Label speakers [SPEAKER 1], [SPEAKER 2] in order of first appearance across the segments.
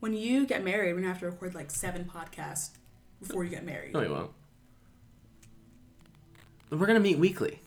[SPEAKER 1] When you get married, we're gonna have to record like seven podcasts before you get married.
[SPEAKER 2] No, we won't. We're gonna meet weekly.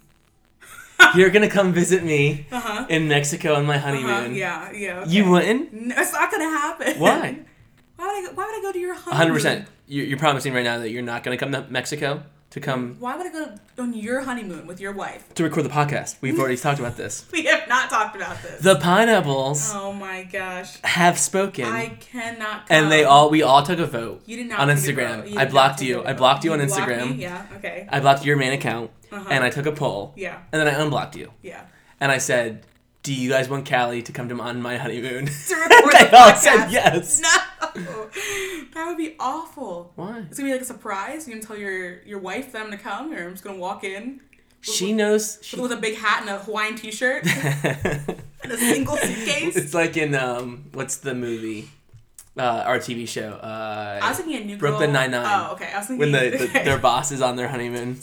[SPEAKER 2] You're gonna come visit me
[SPEAKER 1] Uh-huh.
[SPEAKER 2] in Mexico on my honeymoon.
[SPEAKER 1] Uh-huh, yeah, yeah. okay.
[SPEAKER 2] You wouldn't?
[SPEAKER 1] No, it's not gonna happen.
[SPEAKER 2] Why?
[SPEAKER 1] Why would I? Go, why would I go to your honeymoon?
[SPEAKER 2] 100%. You- You're promising right now that you're not gonna come to Mexico to come
[SPEAKER 1] Why would I go on your honeymoon with your wife?
[SPEAKER 2] to record the podcast. We've already talked about this.
[SPEAKER 1] We have not talked about this.
[SPEAKER 2] The pineapples
[SPEAKER 1] oh my gosh,
[SPEAKER 2] have spoken,
[SPEAKER 1] I cannot. Come.
[SPEAKER 2] and they all we all took a vote.
[SPEAKER 1] You did not
[SPEAKER 2] on
[SPEAKER 1] take a
[SPEAKER 2] Instagram.
[SPEAKER 1] vote. You
[SPEAKER 2] I
[SPEAKER 1] did not
[SPEAKER 2] blocked
[SPEAKER 1] take
[SPEAKER 2] you.
[SPEAKER 1] a
[SPEAKER 2] I
[SPEAKER 1] vote.
[SPEAKER 2] blocked you on
[SPEAKER 1] blocked me?
[SPEAKER 2] Instagram.
[SPEAKER 1] Yeah. Okay.
[SPEAKER 2] I blocked your main account,
[SPEAKER 1] Uh-huh.
[SPEAKER 2] and I took a poll,
[SPEAKER 1] Yeah.
[SPEAKER 2] and then I unblocked you,
[SPEAKER 1] Yeah.
[SPEAKER 2] and I said, "Do you guys want Callie to come to on my honeymoon?"
[SPEAKER 1] To record
[SPEAKER 2] they
[SPEAKER 1] the
[SPEAKER 2] all
[SPEAKER 1] podcast.
[SPEAKER 2] said yes.
[SPEAKER 1] No. That would be awful.
[SPEAKER 2] Why?
[SPEAKER 1] It's gonna be like a surprise. You're gonna tell your your wife that I'm gonna come, or I'm just gonna walk in
[SPEAKER 2] She knows. She...
[SPEAKER 1] with a big hat and a Hawaiian T-shirt and a single suitcase.
[SPEAKER 2] it's like in um, what's the movie? Uh, our TV show. Uh,
[SPEAKER 1] I was thinking a new
[SPEAKER 2] Brooklyn
[SPEAKER 1] girl.
[SPEAKER 2] Nine-Nine.
[SPEAKER 1] Oh, okay. I was thinking
[SPEAKER 2] when the, the
[SPEAKER 1] okay.
[SPEAKER 2] their boss is on their honeymoon.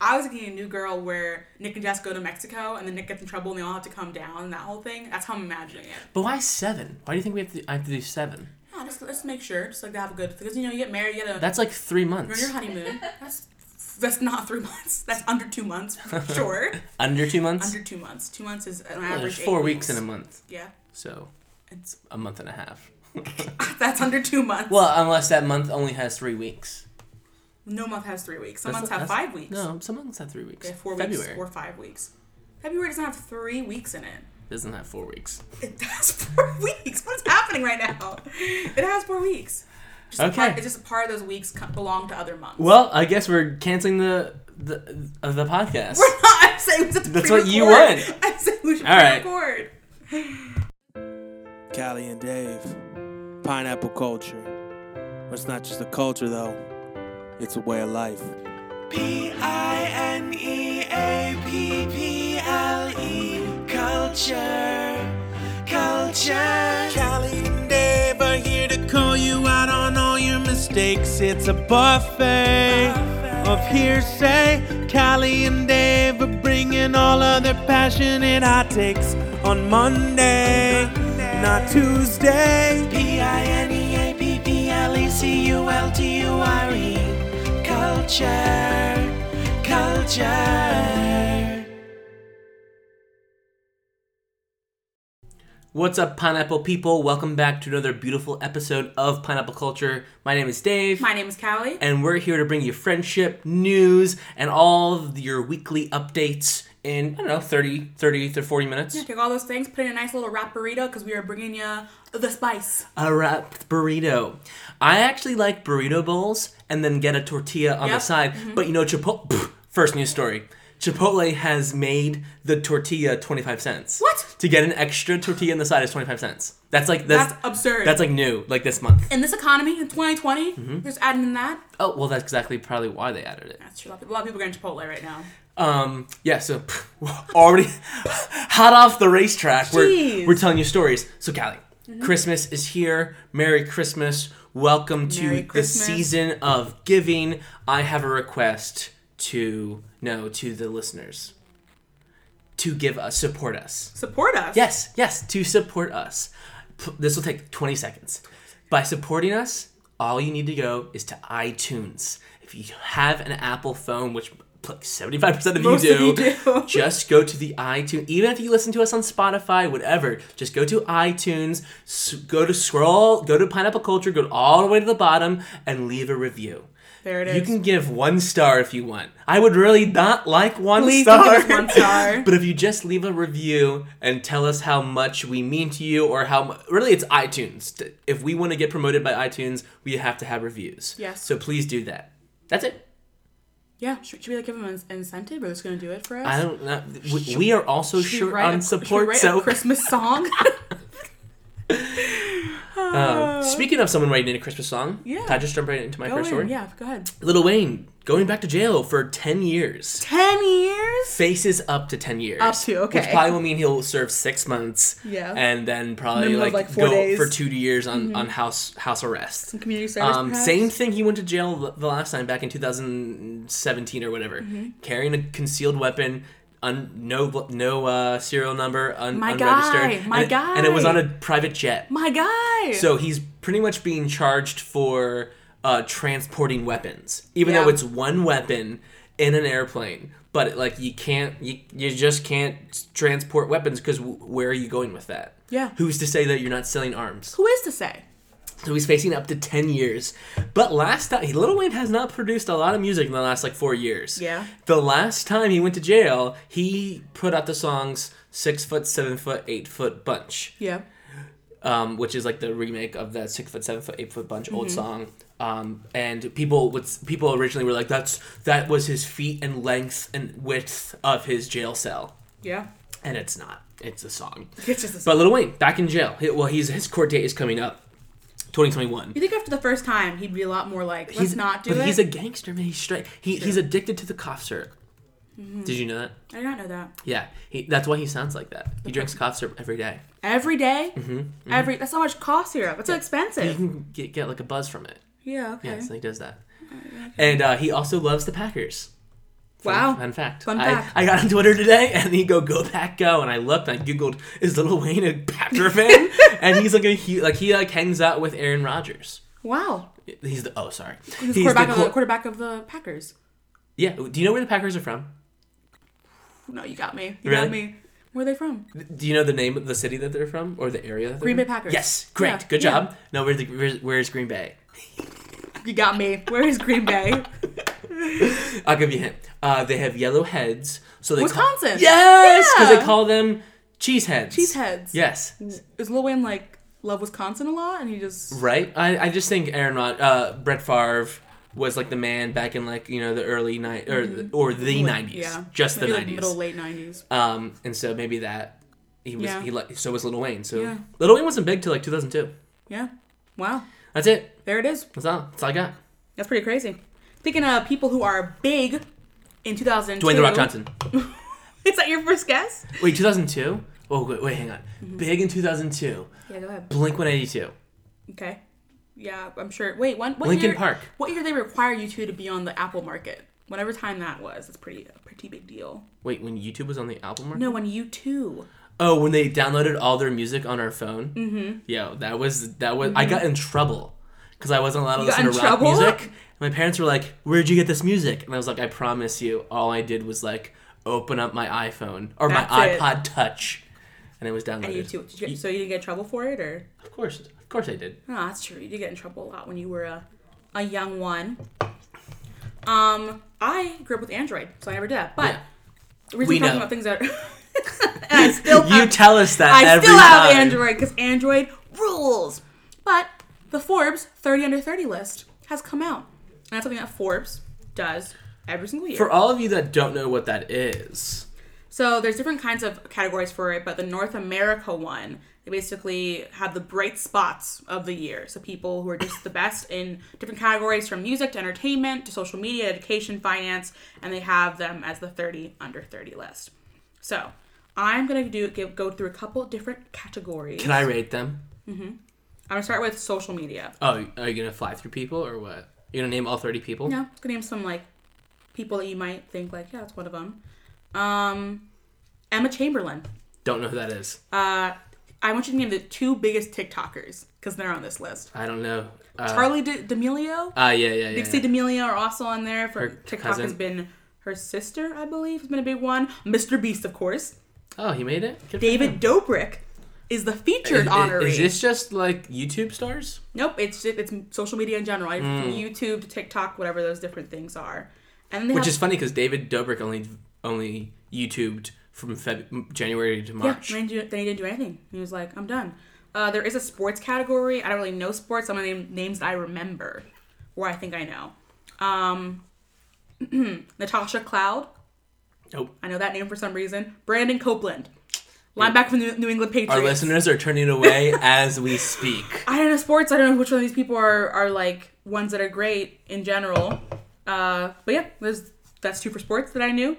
[SPEAKER 1] I was thinking a new girl where Nick and Jess go to Mexico and then Nick gets in trouble and they all have to come down and that whole thing. That's how I'm imagining it.
[SPEAKER 2] But why seven? Why do you think we have to? I have to do seven.
[SPEAKER 1] Yeah, just let's make sure, just like they have a good because you know you get married, you gotta
[SPEAKER 2] That's like three
[SPEAKER 1] run your
[SPEAKER 2] months.
[SPEAKER 1] honeymoon. That's that's not three months. That's under two months, for sure.
[SPEAKER 2] Under two months.
[SPEAKER 1] under two months. Two months is an
[SPEAKER 2] Yeah,
[SPEAKER 1] average.
[SPEAKER 2] There's four
[SPEAKER 1] eight
[SPEAKER 2] weeks in a month,
[SPEAKER 1] Yeah,
[SPEAKER 2] so
[SPEAKER 1] it's
[SPEAKER 2] a month and a half.
[SPEAKER 1] that's under two months.
[SPEAKER 2] well, unless that month only has three weeks.
[SPEAKER 1] no month has three weeks. Some
[SPEAKER 2] That's-
[SPEAKER 1] months have
[SPEAKER 2] that's-
[SPEAKER 1] five weeks.
[SPEAKER 2] No, some months have three weeks.
[SPEAKER 1] They have four
[SPEAKER 2] February
[SPEAKER 1] weeks or five weeks. February doesn't have three weeks in it.
[SPEAKER 2] doesn't have four weeks.
[SPEAKER 1] It has four weeks. What is happening right now? It has four weeks. Just a
[SPEAKER 2] Okay.
[SPEAKER 1] Part, it's just a part of those weeks co- belong to other months.
[SPEAKER 2] Well, I guess we're canceling the the uh, the podcast.
[SPEAKER 1] We're not. I'm saying we have to
[SPEAKER 2] That's what you
[SPEAKER 1] pre-record.
[SPEAKER 2] want.
[SPEAKER 1] I'm saying we should
[SPEAKER 2] All right.
[SPEAKER 1] pre-record.
[SPEAKER 3] Callie and Dave, pineapple culture. It's not just a culture though, it's a way of life.
[SPEAKER 4] P I N E A P P L E culture. Culture.
[SPEAKER 3] Callie and Dave are here to call you out on all your mistakes. It's a buffet of hearsay. Callie and Dave are bringing all of their passionate hot takes on Monday, not Tuesday.
[SPEAKER 4] P I N E A P P L E C U L T U R E. Culture. Culture.
[SPEAKER 2] What's up, pineapple people? Welcome back to another beautiful episode of Pineapple Culture. My name is Dave.
[SPEAKER 1] My name is Callie.
[SPEAKER 2] and we're here to bring you friendship news and all of your weekly updates in i don't know 30 30 to 40 minutes
[SPEAKER 1] Take all those things, put in a nice little wrap burrito because we are bringing you the spice.
[SPEAKER 2] a wrapped burrito i actually like burrito bowls and then get a tortilla on the
[SPEAKER 1] Yep. Mm-hmm.
[SPEAKER 2] side but you know chipotle first news story chipotle has made the tortilla 25 cents
[SPEAKER 1] What?
[SPEAKER 2] to get an extra tortilla on the side is 25 cents that's like that's,
[SPEAKER 1] That's absurd.
[SPEAKER 2] that's like new like this month
[SPEAKER 1] in this economy in 2020,
[SPEAKER 2] Mm-hmm.
[SPEAKER 1] just adding in that.
[SPEAKER 2] oh well that's exactly probably why they added it
[SPEAKER 1] That's true. A lot of people- a lot of people are getting Chipotle right now.
[SPEAKER 2] Um, yeah, so already hot off the racetrack. We're,
[SPEAKER 1] Jeez. Mm-hmm.
[SPEAKER 2] we're telling you stories. So, Callie, Christmas is here. Merry Christmas. Welcome to
[SPEAKER 1] Merry
[SPEAKER 2] the
[SPEAKER 1] Christmas.
[SPEAKER 2] season of giving. I have a request to, no, to the listeners to give us, support us.
[SPEAKER 1] Support us.
[SPEAKER 2] Yes, yes, to support us. P- This will take 20 seconds. By supporting us, all you need to go is to iTunes. If you have an Apple phone, which like 75% of
[SPEAKER 1] Most
[SPEAKER 2] you
[SPEAKER 1] of
[SPEAKER 2] do,
[SPEAKER 1] you do.
[SPEAKER 2] just go to the iTunes. Even if you listen to us on Spotify, whatever, just go to iTunes, s- go to scroll, go to Pineapple Culture, go all the way to the bottom, and leave a review.
[SPEAKER 1] There it is.
[SPEAKER 2] You can give one star if you want. I would really not like one
[SPEAKER 1] Please
[SPEAKER 2] star.
[SPEAKER 1] don't give us one star.
[SPEAKER 2] but if you just leave a review and tell us how much we mean to you or how mu- really it's iTunes. If we want to get promoted by iTunes, we have to have reviews.
[SPEAKER 1] Yes.
[SPEAKER 2] So please do that. That's it.
[SPEAKER 1] Yeah. Should, should we like give them an incentive or just going to do it for us?
[SPEAKER 2] I don't know. We, we are also
[SPEAKER 1] Should we
[SPEAKER 2] short
[SPEAKER 1] write a-
[SPEAKER 2] on
[SPEAKER 1] should we
[SPEAKER 2] support.
[SPEAKER 1] write
[SPEAKER 2] So
[SPEAKER 1] a Christmas song.
[SPEAKER 2] Uh, speaking of someone writing a Christmas song,
[SPEAKER 1] Yeah.
[SPEAKER 2] can I just jump right into my
[SPEAKER 1] Go
[SPEAKER 2] first
[SPEAKER 1] in.
[SPEAKER 2] story?
[SPEAKER 1] Oh, Yeah, go ahead.
[SPEAKER 2] Lil Wayne going back to jail for ten years.
[SPEAKER 1] Ten years.
[SPEAKER 2] faces up to 10 years.
[SPEAKER 1] Up to, okay.
[SPEAKER 2] Which probably will mean he'll serve six months.
[SPEAKER 1] Yeah.
[SPEAKER 2] And then probably
[SPEAKER 1] Minimum of,
[SPEAKER 2] like,
[SPEAKER 1] like, four
[SPEAKER 2] go
[SPEAKER 1] days. Mm-hmm.
[SPEAKER 2] for two years on, on house house arrest.
[SPEAKER 1] Community service.
[SPEAKER 2] Um,
[SPEAKER 1] perhaps?
[SPEAKER 2] same thing he went to
[SPEAKER 1] Mm-hmm.
[SPEAKER 2] jail the- the last time back in 2017 or whatever, carrying a concealed weapon un, no no uh, serial number, un,
[SPEAKER 1] My
[SPEAKER 2] unregistered.
[SPEAKER 1] guy, my
[SPEAKER 2] and it, And it was
[SPEAKER 1] guy.
[SPEAKER 2] on a private jet.
[SPEAKER 1] My guy.
[SPEAKER 2] So he's pretty much being charged for uh, transporting weapons, even though
[SPEAKER 1] Yeah.
[SPEAKER 2] it's one weapon in an airplane. But like you can't, you, you just can't s- transport weapons because w- where are you going with that?
[SPEAKER 1] Yeah.
[SPEAKER 2] Who's to say that you're not selling arms?
[SPEAKER 1] who is to say?
[SPEAKER 2] So he's facing up to ten years. But last time, Little Wayne has not produced a lot of music in the last like four years.
[SPEAKER 1] Yeah.
[SPEAKER 2] The last time he went to jail, he put out the songs Six Foot, Seven Foot, Eight Foot Bunch
[SPEAKER 1] Yeah.
[SPEAKER 2] um, which is like the remake of the six foot, seven foot, eight foot bunch old song. Um, and people would people originally were like, that's that was his feet and length and width of his jail cell,
[SPEAKER 1] Yeah.
[SPEAKER 2] and it's not. It's a song.
[SPEAKER 1] It's just a
[SPEAKER 2] But Lil Wayne back in jail. He- well, he's his court date is coming up, 2021.
[SPEAKER 1] You think after the first time he'd be a lot more like, let's
[SPEAKER 2] He's
[SPEAKER 1] not do
[SPEAKER 2] but
[SPEAKER 1] it.
[SPEAKER 2] He's a gangster man. He's straight. He, he's addicted to the cough syrup.
[SPEAKER 1] Mm-hmm.
[SPEAKER 2] Did you know that?
[SPEAKER 1] I did not know that.
[SPEAKER 2] Yeah, he, that's why he sounds like that. He drinks cough syrup every day.
[SPEAKER 1] Every day?
[SPEAKER 2] Mm-hmm,
[SPEAKER 1] Every that's how much cost syrup. That's so
[SPEAKER 2] You
[SPEAKER 1] expensive.
[SPEAKER 2] can get, get like a buzz from it.
[SPEAKER 1] Yeah. Mm-hmm. Okay.
[SPEAKER 2] Mm-hmm. Yeah, so he does that. And uh, he also loves the Packers.
[SPEAKER 1] wow.
[SPEAKER 2] Fun fact.
[SPEAKER 1] Fun
[SPEAKER 2] I,
[SPEAKER 1] fact.
[SPEAKER 2] I got on Twitter today and he go, go pack go. And I looked and I Googled, is Lil Wayne a Packer fan? and he's like, a, he, like, he like hangs out with Aaron Rodgers.
[SPEAKER 1] wow.
[SPEAKER 2] He's the, oh, sorry.
[SPEAKER 1] He's, quarterback of
[SPEAKER 2] quar-
[SPEAKER 1] the quarterback of the Packers.
[SPEAKER 2] Yeah. Do you know where the Packers are from?
[SPEAKER 1] No, you got me. You
[SPEAKER 2] Really?
[SPEAKER 1] got me. Where are they from?
[SPEAKER 2] Do you know the name of the city that they're from or the area? That they're
[SPEAKER 1] Green Bay
[SPEAKER 2] from?
[SPEAKER 1] Packers.
[SPEAKER 2] Yes. Great.
[SPEAKER 1] Yeah,
[SPEAKER 2] Good
[SPEAKER 1] yeah.
[SPEAKER 2] job. No, where's, the, where's, where's Green Bay?
[SPEAKER 1] You got me. Where is Green Bay?
[SPEAKER 2] I'll give you a hint. Uh, they have yellow heads. So they call-
[SPEAKER 1] Wisconsin.
[SPEAKER 2] yes, because
[SPEAKER 1] Yeah.
[SPEAKER 2] they call them cheese heads.
[SPEAKER 1] Cheeseheads.
[SPEAKER 2] Yes.
[SPEAKER 1] Is Lil Wayne like love Wisconsin a lot and he just
[SPEAKER 2] Right? I, I just think Aaron Rod, uh, Brett Favre was like the man back in like you know the early night or the, or the nineties,
[SPEAKER 1] Mm-hmm. Yeah.
[SPEAKER 2] just
[SPEAKER 1] Maybe,
[SPEAKER 2] the
[SPEAKER 1] like,
[SPEAKER 2] nineties.
[SPEAKER 1] middle late nineties.
[SPEAKER 2] um, and so maybe that he was
[SPEAKER 1] Yeah.
[SPEAKER 2] he like so was Little Wayne. So
[SPEAKER 1] Yeah.
[SPEAKER 2] Little Wayne wasn't big till like two thousand two.
[SPEAKER 1] Yeah. Wow.
[SPEAKER 2] That's it.
[SPEAKER 1] There it is.
[SPEAKER 2] That's all. That's all I got.
[SPEAKER 1] That's pretty crazy. Speaking of people who are big in 2002.
[SPEAKER 2] Dwayne the Rock Johnson.
[SPEAKER 1] Is that your first guess?
[SPEAKER 2] Wait, two thousand two. Oh wait, wait, hang on.
[SPEAKER 1] Mm-hmm.
[SPEAKER 2] Big in two thousand two.
[SPEAKER 1] Yeah, go ahead.
[SPEAKER 2] Blink one eighty two.
[SPEAKER 1] Okay. Yeah, I'm sure. Wait, when, what
[SPEAKER 2] Linkin
[SPEAKER 1] year,
[SPEAKER 2] Park.
[SPEAKER 1] What year they require you two to be on the Apple market? Whatever time that was, it's pretty a pretty big deal.
[SPEAKER 2] Wait, when YouTube was on the album market?
[SPEAKER 1] No, when you two.
[SPEAKER 2] Oh, when they downloaded all their music on our phone. Mm-hmm. Yo, that was that was. I got in trouble because I wasn't allowed
[SPEAKER 1] Mm-hmm.
[SPEAKER 2] to
[SPEAKER 1] You got
[SPEAKER 2] listen to
[SPEAKER 1] in
[SPEAKER 2] rock
[SPEAKER 1] trouble?
[SPEAKER 2] music. My parents were like, "Where'd you get this music?" And I was like, "I promise you, all I did was like open up my iPhone or my
[SPEAKER 1] That's it.
[SPEAKER 2] iPod Touch, and it was downloaded."
[SPEAKER 1] And you two. Did you, so you didn't get in trouble for it, or?
[SPEAKER 2] Of course, of course, I did.
[SPEAKER 1] No, that's true. You did get in trouble a lot when you were a, a young one. Um, I grew up with Android, so I never did. But
[SPEAKER 2] Yeah.
[SPEAKER 1] the reason
[SPEAKER 2] We
[SPEAKER 1] we're talking
[SPEAKER 2] know.
[SPEAKER 1] about things that, and I still
[SPEAKER 2] You
[SPEAKER 1] have
[SPEAKER 2] tell us that
[SPEAKER 1] I
[SPEAKER 2] every
[SPEAKER 1] still have
[SPEAKER 2] time.
[SPEAKER 1] Android because Android rules. But the Forbes 30 under 30 list has come out. And that's something that Forbes does every single year.
[SPEAKER 2] For all of you that don't know what that is,
[SPEAKER 1] so there's different kinds of categories for it, but the North America one, they basically have the bright spots of the year. So people who are just the best in different categories from music to entertainment to social media, education, finance, and they have them as the 30 under 30 list. So I'm gonna do give, go through a couple different categories.
[SPEAKER 2] can I rate them?
[SPEAKER 1] I'm gonna start with social media.
[SPEAKER 2] Oh, are you gonna fly through people or what? You gonna name all thirty people?
[SPEAKER 1] Yeah, could name some like people that you might think like, yeah, that's one of them. Um, Emma Chamberlain.
[SPEAKER 2] Don't know who that is.
[SPEAKER 1] Uh, I want you to name the two biggest TikTokers because they're on this list.
[SPEAKER 2] I don't know. Uh,
[SPEAKER 1] Charlie D- D'Amelio,
[SPEAKER 2] Ah, yeah, yeah, yeah.
[SPEAKER 1] Dixie
[SPEAKER 2] yeah.
[SPEAKER 1] D'Amelio are also on there. For
[SPEAKER 2] Her
[SPEAKER 1] TikTok has
[SPEAKER 2] cousin.
[SPEAKER 1] been her sister, I believe, has been a big one. Mr. Beast, of course.
[SPEAKER 2] Oh, he made it. Good for him.
[SPEAKER 1] David Dobrik is the featured
[SPEAKER 2] Is- is-
[SPEAKER 1] honoree.
[SPEAKER 2] Is this just like YouTube stars?
[SPEAKER 1] Nope, it's it's social media in general, From
[SPEAKER 2] Hmm.
[SPEAKER 1] YouTube to TikTok, whatever those different things are. And then they
[SPEAKER 2] Which
[SPEAKER 1] have-
[SPEAKER 2] is funny because David Dobrik only only YouTubed from Feb- January to
[SPEAKER 1] Yeah,
[SPEAKER 2] March.
[SPEAKER 1] they didn't, do, then he didn't do anything. He was like, I'm done. Uh, there is a sports category. I don't really know sports. I'm gonna name names that I remember, or I think I know. Um, Natasha Cloud.
[SPEAKER 2] Nope.
[SPEAKER 1] I know that name for some reason. Brandon Copeland, linebacker from the New- New England Patriots.
[SPEAKER 2] Our listeners are turning away as we speak.
[SPEAKER 1] I don't know sports. I don't know which one of these people are are like ones that are great in general. Uh, but yeah, there's that's two for sports that I knew.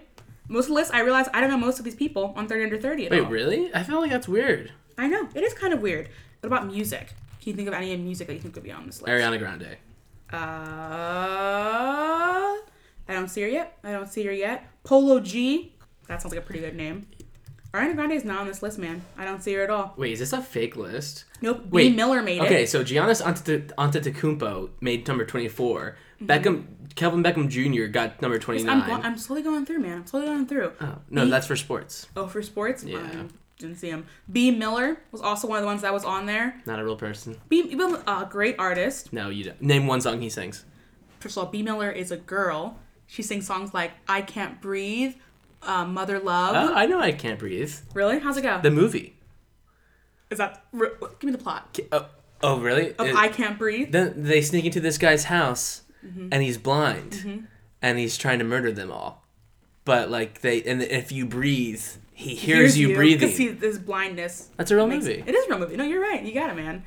[SPEAKER 1] Most of the list, I realized I don't know most of these people on 30 under 30 at all.
[SPEAKER 2] Wait, really? I feel like that's weird.
[SPEAKER 1] I know it is kind of weird. What about music? Can you think of any music that you think could be on this list?
[SPEAKER 2] Ariana Grande.
[SPEAKER 1] Uh, I don't see her yet. I don't see her yet. Polo G. That sounds like a pretty good name. Ariana Grande is not on this list, man. I don't see her at all.
[SPEAKER 2] Wait, is this a fake list?
[SPEAKER 1] Nope.
[SPEAKER 2] Wait,
[SPEAKER 1] B. Miller made
[SPEAKER 2] okay,
[SPEAKER 1] it.
[SPEAKER 2] so Giannis Antete- Antetokounmpo made number 24. Beckham, Kevin Beckham Jr. got number 29.
[SPEAKER 1] Mm-hmm. I'm, go- I'm slowly going through, man. I'm slowly going through.
[SPEAKER 2] oh, no,
[SPEAKER 1] B-
[SPEAKER 2] that's for sports.
[SPEAKER 1] Oh, for sports?
[SPEAKER 2] Yeah.
[SPEAKER 1] Fine. Didn't see him. B. Miller was also one of the ones that was on there.
[SPEAKER 2] Not a real person.
[SPEAKER 1] B. B Miller, a great artist.
[SPEAKER 2] No, you don't. Name one song he sings.
[SPEAKER 1] First of all, B. Miller is a girl. She sings songs like I Can't Breathe, uh, Mother Love.
[SPEAKER 2] Oh, I know I can't breathe.
[SPEAKER 1] really? How's it go?
[SPEAKER 2] The movie.
[SPEAKER 1] is that. r- give me the plot.
[SPEAKER 2] K- Oh, oh really?
[SPEAKER 1] Of
[SPEAKER 2] It-
[SPEAKER 1] I Can't Breathe.
[SPEAKER 2] then they sneak into this guy's house
[SPEAKER 1] Mm-hmm.
[SPEAKER 2] and he's blind and he's trying to murder them all. But like they and if you breathe, he hears, you, breathing.
[SPEAKER 1] Because his blindness.
[SPEAKER 2] That's a real
[SPEAKER 1] makes-
[SPEAKER 2] movie.
[SPEAKER 1] It is a real movie. No, you're right. You got it, man.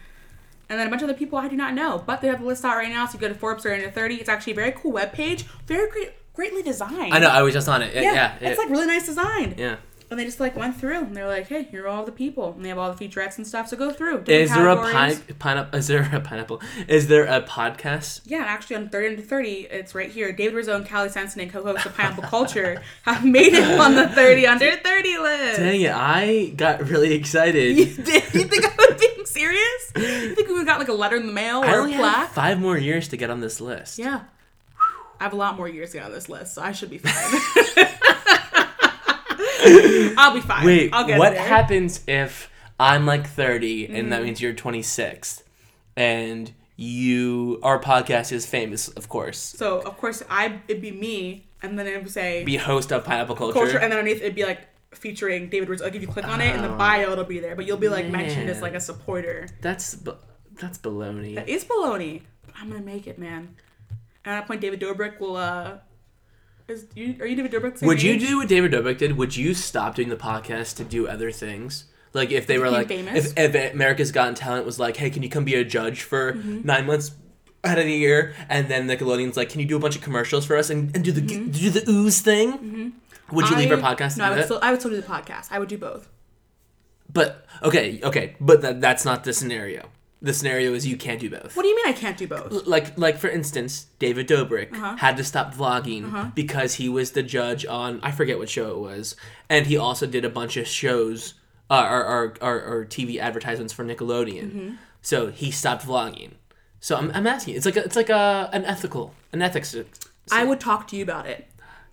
[SPEAKER 1] And then a bunch of other people I do not know, but they have the list out right now. So you go to Forbes or under 30. It's actually a very cool webpage. Very great, greatly designed.
[SPEAKER 2] I know, I was just on it. Yeah.
[SPEAKER 1] Yeah,
[SPEAKER 2] yeah
[SPEAKER 1] it's
[SPEAKER 2] it-
[SPEAKER 1] like really nice designed.
[SPEAKER 2] yeah.
[SPEAKER 1] And they just like went through and they're like, hey, here are all the people. And they have all the featurettes and stuff. So go through. different
[SPEAKER 2] Is there a
[SPEAKER 1] categories.
[SPEAKER 2] pine, pineapple? Is there a pineapple? Is there a podcast?
[SPEAKER 1] Yeah, and actually on 30 under 30, it's right here. David Rizzo and Callie Sanson and co-host of Pineapple Culture have made it on the 30 under 30 list.
[SPEAKER 2] Dang it! I got really
[SPEAKER 1] You
[SPEAKER 2] excited.
[SPEAKER 1] did? You think I was being serious? You think we would have got like a letter in the mail
[SPEAKER 2] I
[SPEAKER 1] or a
[SPEAKER 2] only have
[SPEAKER 1] plaque?
[SPEAKER 2] five more years to get on this list.
[SPEAKER 1] Yeah. I have a lot more years to get on this list, so I should be fine. I'll be fine.
[SPEAKER 2] Wait,
[SPEAKER 1] I'll get
[SPEAKER 2] what
[SPEAKER 1] there. Mm-hmm.
[SPEAKER 2] happens if I'm like 30 and that means you're 26 and you our podcast is famous, of course.
[SPEAKER 1] So of course I it'd be me, and then it would say
[SPEAKER 2] Be host of Pineapple Culture.
[SPEAKER 1] culture, and then underneath it'd be like featuring David Rizzo. Like if you click on it, in the bio it'll be there, but you'll be like mentioned as
[SPEAKER 2] Oh. Man.
[SPEAKER 1] like a supporter.
[SPEAKER 2] that's b- that's baloney.
[SPEAKER 1] That is baloney. But I'm gonna make it, man. And at that point, David Dobrik will. uh is, you, Are you David Dobrik? the same
[SPEAKER 2] would you
[SPEAKER 1] age?
[SPEAKER 2] do what David Dobrik did? Would you stop doing the podcast to do other things? Like if they were
[SPEAKER 1] became
[SPEAKER 2] like
[SPEAKER 1] famous?
[SPEAKER 2] if if America's Gotten Talent was like, "Hey, can you come be a judge for
[SPEAKER 1] Mm-hmm.
[SPEAKER 2] 9 months?" out of the year and then Nickelodeon's like can you do a bunch of commercials for us and, and do the do the ooze thing would you leave our
[SPEAKER 1] Mm-hmm. I-
[SPEAKER 2] podcast to
[SPEAKER 1] No, I
[SPEAKER 2] do
[SPEAKER 1] would,
[SPEAKER 2] that?
[SPEAKER 1] still, I would still do the podcast. I would do both.
[SPEAKER 2] But okay, okay, but that that's not the scenario. The scenario is you can't do both.
[SPEAKER 1] What do you mean I can't do both?
[SPEAKER 2] like like for instance, David Dobrik
[SPEAKER 1] Uh-huh.
[SPEAKER 2] had to stop vlogging because he was the judge on I forget what show it was, and he also did a bunch of shows uh, or, or, or or TV advertisements for Nickelodeon.
[SPEAKER 1] Mm-hmm.
[SPEAKER 2] So he stopped vlogging. So I'm, I'm asking, it's like a, it's like a an ethical an ethics.
[SPEAKER 1] I would talk to you about it.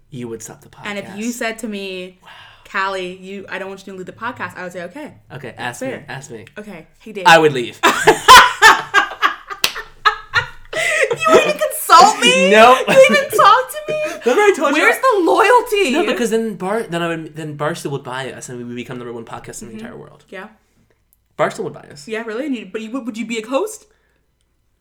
[SPEAKER 2] You would stop the podcast.
[SPEAKER 1] And if you said to me, Callie, you, I don't want you to leave the podcast, I would say, okay,
[SPEAKER 2] okay, ask me,
[SPEAKER 1] fair.
[SPEAKER 2] ask me.
[SPEAKER 1] okay, hey, David.
[SPEAKER 2] I would leave.
[SPEAKER 1] you wouldn't consult me?
[SPEAKER 2] No.
[SPEAKER 1] You wouldn't even talk to me?
[SPEAKER 2] Remember I told you-
[SPEAKER 1] Where's the loyalty?
[SPEAKER 2] No, because then Bar then I would then Barstool would buy us and we would become the number one podcast in the
[SPEAKER 1] Mm-hmm.
[SPEAKER 2] entire world.
[SPEAKER 1] Yeah.
[SPEAKER 2] Barstool would buy us.
[SPEAKER 1] Yeah, really? And you, but you, would would you be a host?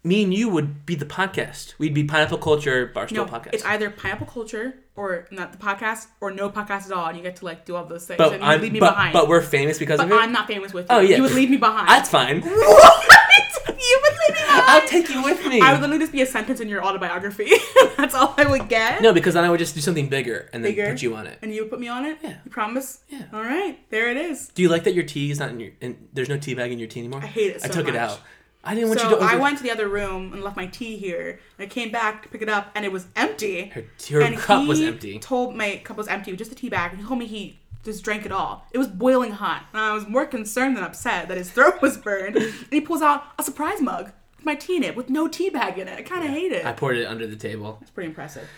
[SPEAKER 2] Me and you would be the podcast. We'd be Pineapple Culture Barstool
[SPEAKER 1] No,
[SPEAKER 2] podcast.
[SPEAKER 1] it's either pineapple culture or not the podcast or no podcast at all, and you get to like do all those things
[SPEAKER 2] but
[SPEAKER 1] and
[SPEAKER 2] I'm
[SPEAKER 1] you leave me
[SPEAKER 2] but,
[SPEAKER 1] behind.
[SPEAKER 2] but we're famous because
[SPEAKER 1] But
[SPEAKER 2] of it.
[SPEAKER 1] I'm not famous with you.
[SPEAKER 2] Oh, yeah.
[SPEAKER 1] You would leave me behind.
[SPEAKER 2] That's fine.
[SPEAKER 1] what? You would leave me behind.
[SPEAKER 2] I'll take you with me.
[SPEAKER 1] I would literally just be a sentence in your autobiography. That's all I would get.
[SPEAKER 2] no, because then I would just do something bigger and then
[SPEAKER 1] Bigger.
[SPEAKER 2] put you on it.
[SPEAKER 1] And you would put me on it?
[SPEAKER 2] Yeah.
[SPEAKER 1] You promise?
[SPEAKER 2] Yeah.
[SPEAKER 1] All right. There it is.
[SPEAKER 2] Do you like that your tea is not in your and there's no tea bag in your tea anymore? I
[SPEAKER 1] hate it
[SPEAKER 2] I
[SPEAKER 1] so
[SPEAKER 2] took it
[SPEAKER 1] much.
[SPEAKER 2] out. I didn't want you
[SPEAKER 1] so
[SPEAKER 2] to.
[SPEAKER 1] I went to the other room and left my tea here. And I came back to pick it up and it was empty.
[SPEAKER 2] Her, her
[SPEAKER 1] and
[SPEAKER 2] cup
[SPEAKER 1] he
[SPEAKER 2] was empty.
[SPEAKER 1] told my cup was empty, just the tea bag. And he told me he just drank it all. It was boiling hot. And I was more concerned than upset that his throat was burned. and he pulls out a surprise mug with my tea in it with no tea bag in it. I kind of hate it.
[SPEAKER 2] I poured it under the table.
[SPEAKER 1] It's pretty impressive.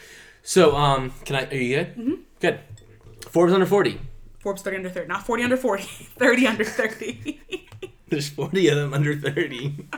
[SPEAKER 2] So um, can I? Are you good? Mm-hmm. Good. Forbes under forty.
[SPEAKER 1] Forbes 30 under 30. Not 40 under 40. 30 under 30.
[SPEAKER 2] There's 40 of them under 30.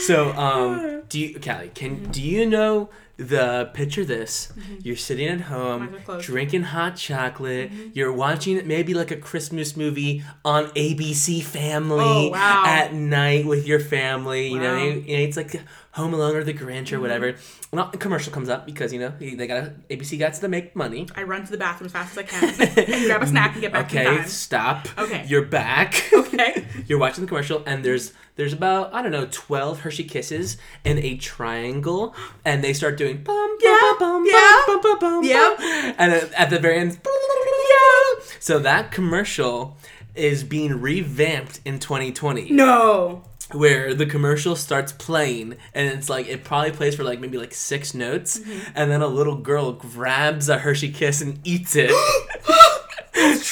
[SPEAKER 2] so, um, do you, Callie, can,
[SPEAKER 1] Mm-hmm.
[SPEAKER 2] do you know the picture this? You're sitting at
[SPEAKER 1] Eyes
[SPEAKER 2] home,
[SPEAKER 1] are closed.
[SPEAKER 2] drinking hot chocolate,
[SPEAKER 1] Mm-hmm.
[SPEAKER 2] you're watching maybe like a Christmas movie on ABC Family
[SPEAKER 1] Oh, wow.
[SPEAKER 2] at night with your family. You know,
[SPEAKER 1] Wow. Mm-hmm.
[SPEAKER 2] you know, it's like Home Alone or The Grinch or whatever. Well, a commercial comes up because, you know, they got ABC got to make money.
[SPEAKER 1] I run to the bathroom as fast as I can, grab a snack, and get back in
[SPEAKER 2] Okay,
[SPEAKER 1] time.
[SPEAKER 2] stop.
[SPEAKER 1] Okay.
[SPEAKER 2] You're back.
[SPEAKER 1] Okay.
[SPEAKER 2] You're watching the commercial, and there's there's about I don't know twelve Hershey Kisses in a triangle, and they start doing bum bum
[SPEAKER 1] Yeah,
[SPEAKER 2] bum bum
[SPEAKER 1] yeah,
[SPEAKER 2] bum bum bum
[SPEAKER 1] yep.
[SPEAKER 2] bum, and at- at the very end, yeah. So that commercial is being revamped in 2020
[SPEAKER 1] No.
[SPEAKER 2] where the commercial starts playing and it's like it probably plays for like maybe like six
[SPEAKER 1] Mm-hmm.
[SPEAKER 2] notes and then a little girl grabs a hershey kiss and eats it
[SPEAKER 1] That's
[SPEAKER 2] and the,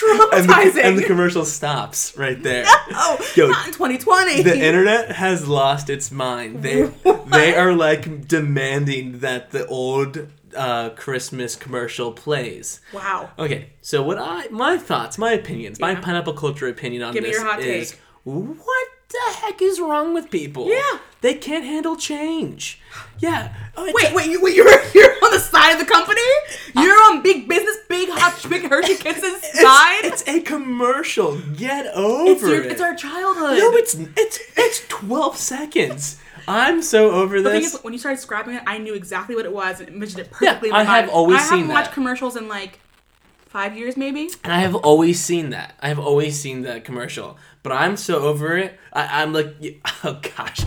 [SPEAKER 1] traumatizing.
[SPEAKER 2] and the commercial stops right there.
[SPEAKER 1] oh,
[SPEAKER 2] Yo,
[SPEAKER 1] not in 2020.
[SPEAKER 2] The internet has lost its mind. They they are like demanding that the old uh, Christmas commercial plays.
[SPEAKER 1] wow.
[SPEAKER 2] Okay, so what I my thoughts, my opinions, my
[SPEAKER 1] Yeah.
[SPEAKER 2] pineapple culture opinion on
[SPEAKER 1] Give me
[SPEAKER 2] this
[SPEAKER 1] your hot
[SPEAKER 2] is
[SPEAKER 1] take.
[SPEAKER 2] what the heck is wrong with people?
[SPEAKER 1] Yeah.
[SPEAKER 2] they can't handle change. Yeah. Oh, it's-
[SPEAKER 1] Wait, wait, you, wait, you're you're on the side of the company. You're on big business, big hot, big Hershey Kisses side.
[SPEAKER 2] It's, it's a commercial. Get over
[SPEAKER 1] It's your-
[SPEAKER 2] it.
[SPEAKER 1] it's our childhood.
[SPEAKER 2] no, it's it's it's twelve seconds. I'm so over
[SPEAKER 1] The thing
[SPEAKER 2] this.
[SPEAKER 1] is, when you started describing it, I knew exactly what it was and envisioned it perfectly. in
[SPEAKER 2] I
[SPEAKER 1] my
[SPEAKER 2] have
[SPEAKER 1] mind.
[SPEAKER 2] always
[SPEAKER 1] I haven't
[SPEAKER 2] seen that.
[SPEAKER 1] watched commercials in like five years, maybe.
[SPEAKER 2] And I have always seen that. I have always seen that commercial. But I'm so over it. I, I'm like, y- oh gosh.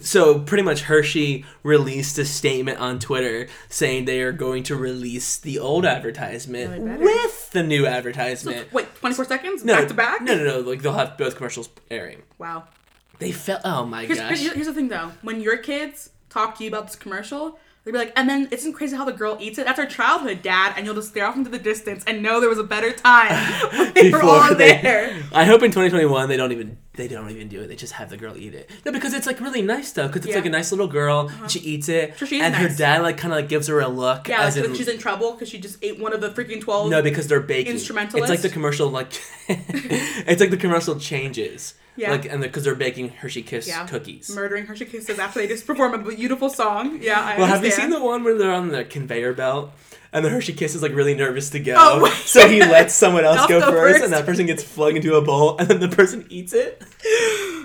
[SPEAKER 2] So pretty much Hershey released a statement on Twitter saying they are going to release the old advertisement
[SPEAKER 1] better.
[SPEAKER 2] with the new advertisement.
[SPEAKER 1] Wait, 24 seconds
[SPEAKER 2] No,
[SPEAKER 1] back to back.
[SPEAKER 2] No, no, no. Like they'll have both commercials airing.
[SPEAKER 1] Wow.
[SPEAKER 2] They felt. Oh my
[SPEAKER 1] Here's,
[SPEAKER 2] gosh.
[SPEAKER 1] here's, here's the thing though. When your kids talk to you about this commercial, they'd be like, and then isn't it crazy how the girl eats it? That's our childhood, dad. And you'll just stare off into the distance and know there was a better time when they were all
[SPEAKER 2] they-
[SPEAKER 1] there.
[SPEAKER 2] I hope in 2021 they don't even they don't even do it. They just have the girl eat it. No, because it's like really nice though. Because it's
[SPEAKER 1] Yeah. Uh-huh.
[SPEAKER 2] like a nice little girl. She eats it,
[SPEAKER 1] Sure, she is
[SPEAKER 2] and her
[SPEAKER 1] nice.
[SPEAKER 2] dad like kind of like gives her a look.
[SPEAKER 1] Yeah, like,
[SPEAKER 2] as in,
[SPEAKER 1] she's in trouble because she just ate one of the freaking 12.
[SPEAKER 2] no, because they're baking. It's like
[SPEAKER 1] Instrumentalist?
[SPEAKER 2] the commercial like it's like the commercial changes.
[SPEAKER 1] Yeah.
[SPEAKER 2] Like and because they're baking Hershey Kiss
[SPEAKER 1] yeah.
[SPEAKER 2] cookies.
[SPEAKER 1] Murdering Hershey Kisses after they just perform a beautiful song. Yeah, I
[SPEAKER 2] well,
[SPEAKER 1] understand.
[SPEAKER 2] have you seen the one where they're on the conveyor belt? And the Hershey Kiss is like really nervous to go,
[SPEAKER 1] Oh, wait.
[SPEAKER 2] so he lets someone else
[SPEAKER 1] I'll
[SPEAKER 2] go
[SPEAKER 1] go
[SPEAKER 2] first,
[SPEAKER 1] first.
[SPEAKER 2] and that person gets flung into a bowl, and then the person eats it.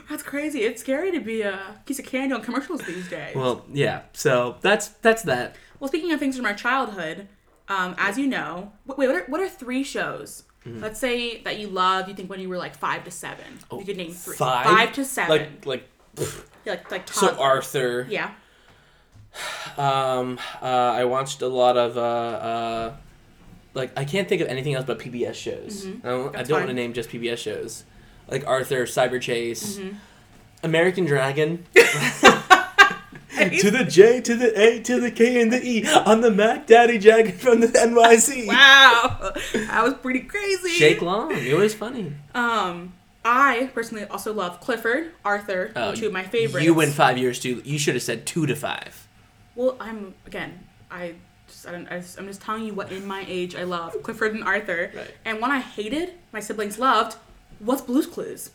[SPEAKER 1] That's crazy. It's scary to be a piece of candy on commercials these days. Well,
[SPEAKER 2] Well, yeah. So that's that's that.
[SPEAKER 1] speaking of things from our childhood, um, as you know, wait, wait, what are, what are three shows?
[SPEAKER 2] Mm-hmm.
[SPEAKER 1] Let's say that you love. You think when you were like five to seven, you could name three. Five, to seven.
[SPEAKER 2] Oh, Like like
[SPEAKER 1] Yeah, like like
[SPEAKER 2] so
[SPEAKER 1] toddler.
[SPEAKER 2] Arthur.
[SPEAKER 1] Yeah.
[SPEAKER 2] Um. Uh. I watched a lot of uh. uh like I can't think of anything else but PBS shows. I don't, I
[SPEAKER 1] Mm-hmm. That's
[SPEAKER 2] don't want to
[SPEAKER 1] fine.
[SPEAKER 2] name just PBS shows, like Arthur, Cyber Chase,
[SPEAKER 1] Mm-hmm.
[SPEAKER 2] American Dragon, to the J, to the A, to the K, and the E on the Mac Daddy Dragon from the NYC.
[SPEAKER 1] Wow, that was pretty crazy.
[SPEAKER 2] Jake Long, it was funny.
[SPEAKER 1] Um, I personally also love Clifford, Arthur,
[SPEAKER 2] Oh,
[SPEAKER 1] two of my favorites.
[SPEAKER 2] You win five years too. You should have said two to five.
[SPEAKER 1] Well, I'm again. I just I don't. I just, I'm just telling you what in my age I love Clifford and Arthur.
[SPEAKER 2] Right.
[SPEAKER 1] And one I hated, my siblings loved, was Blue's Clues.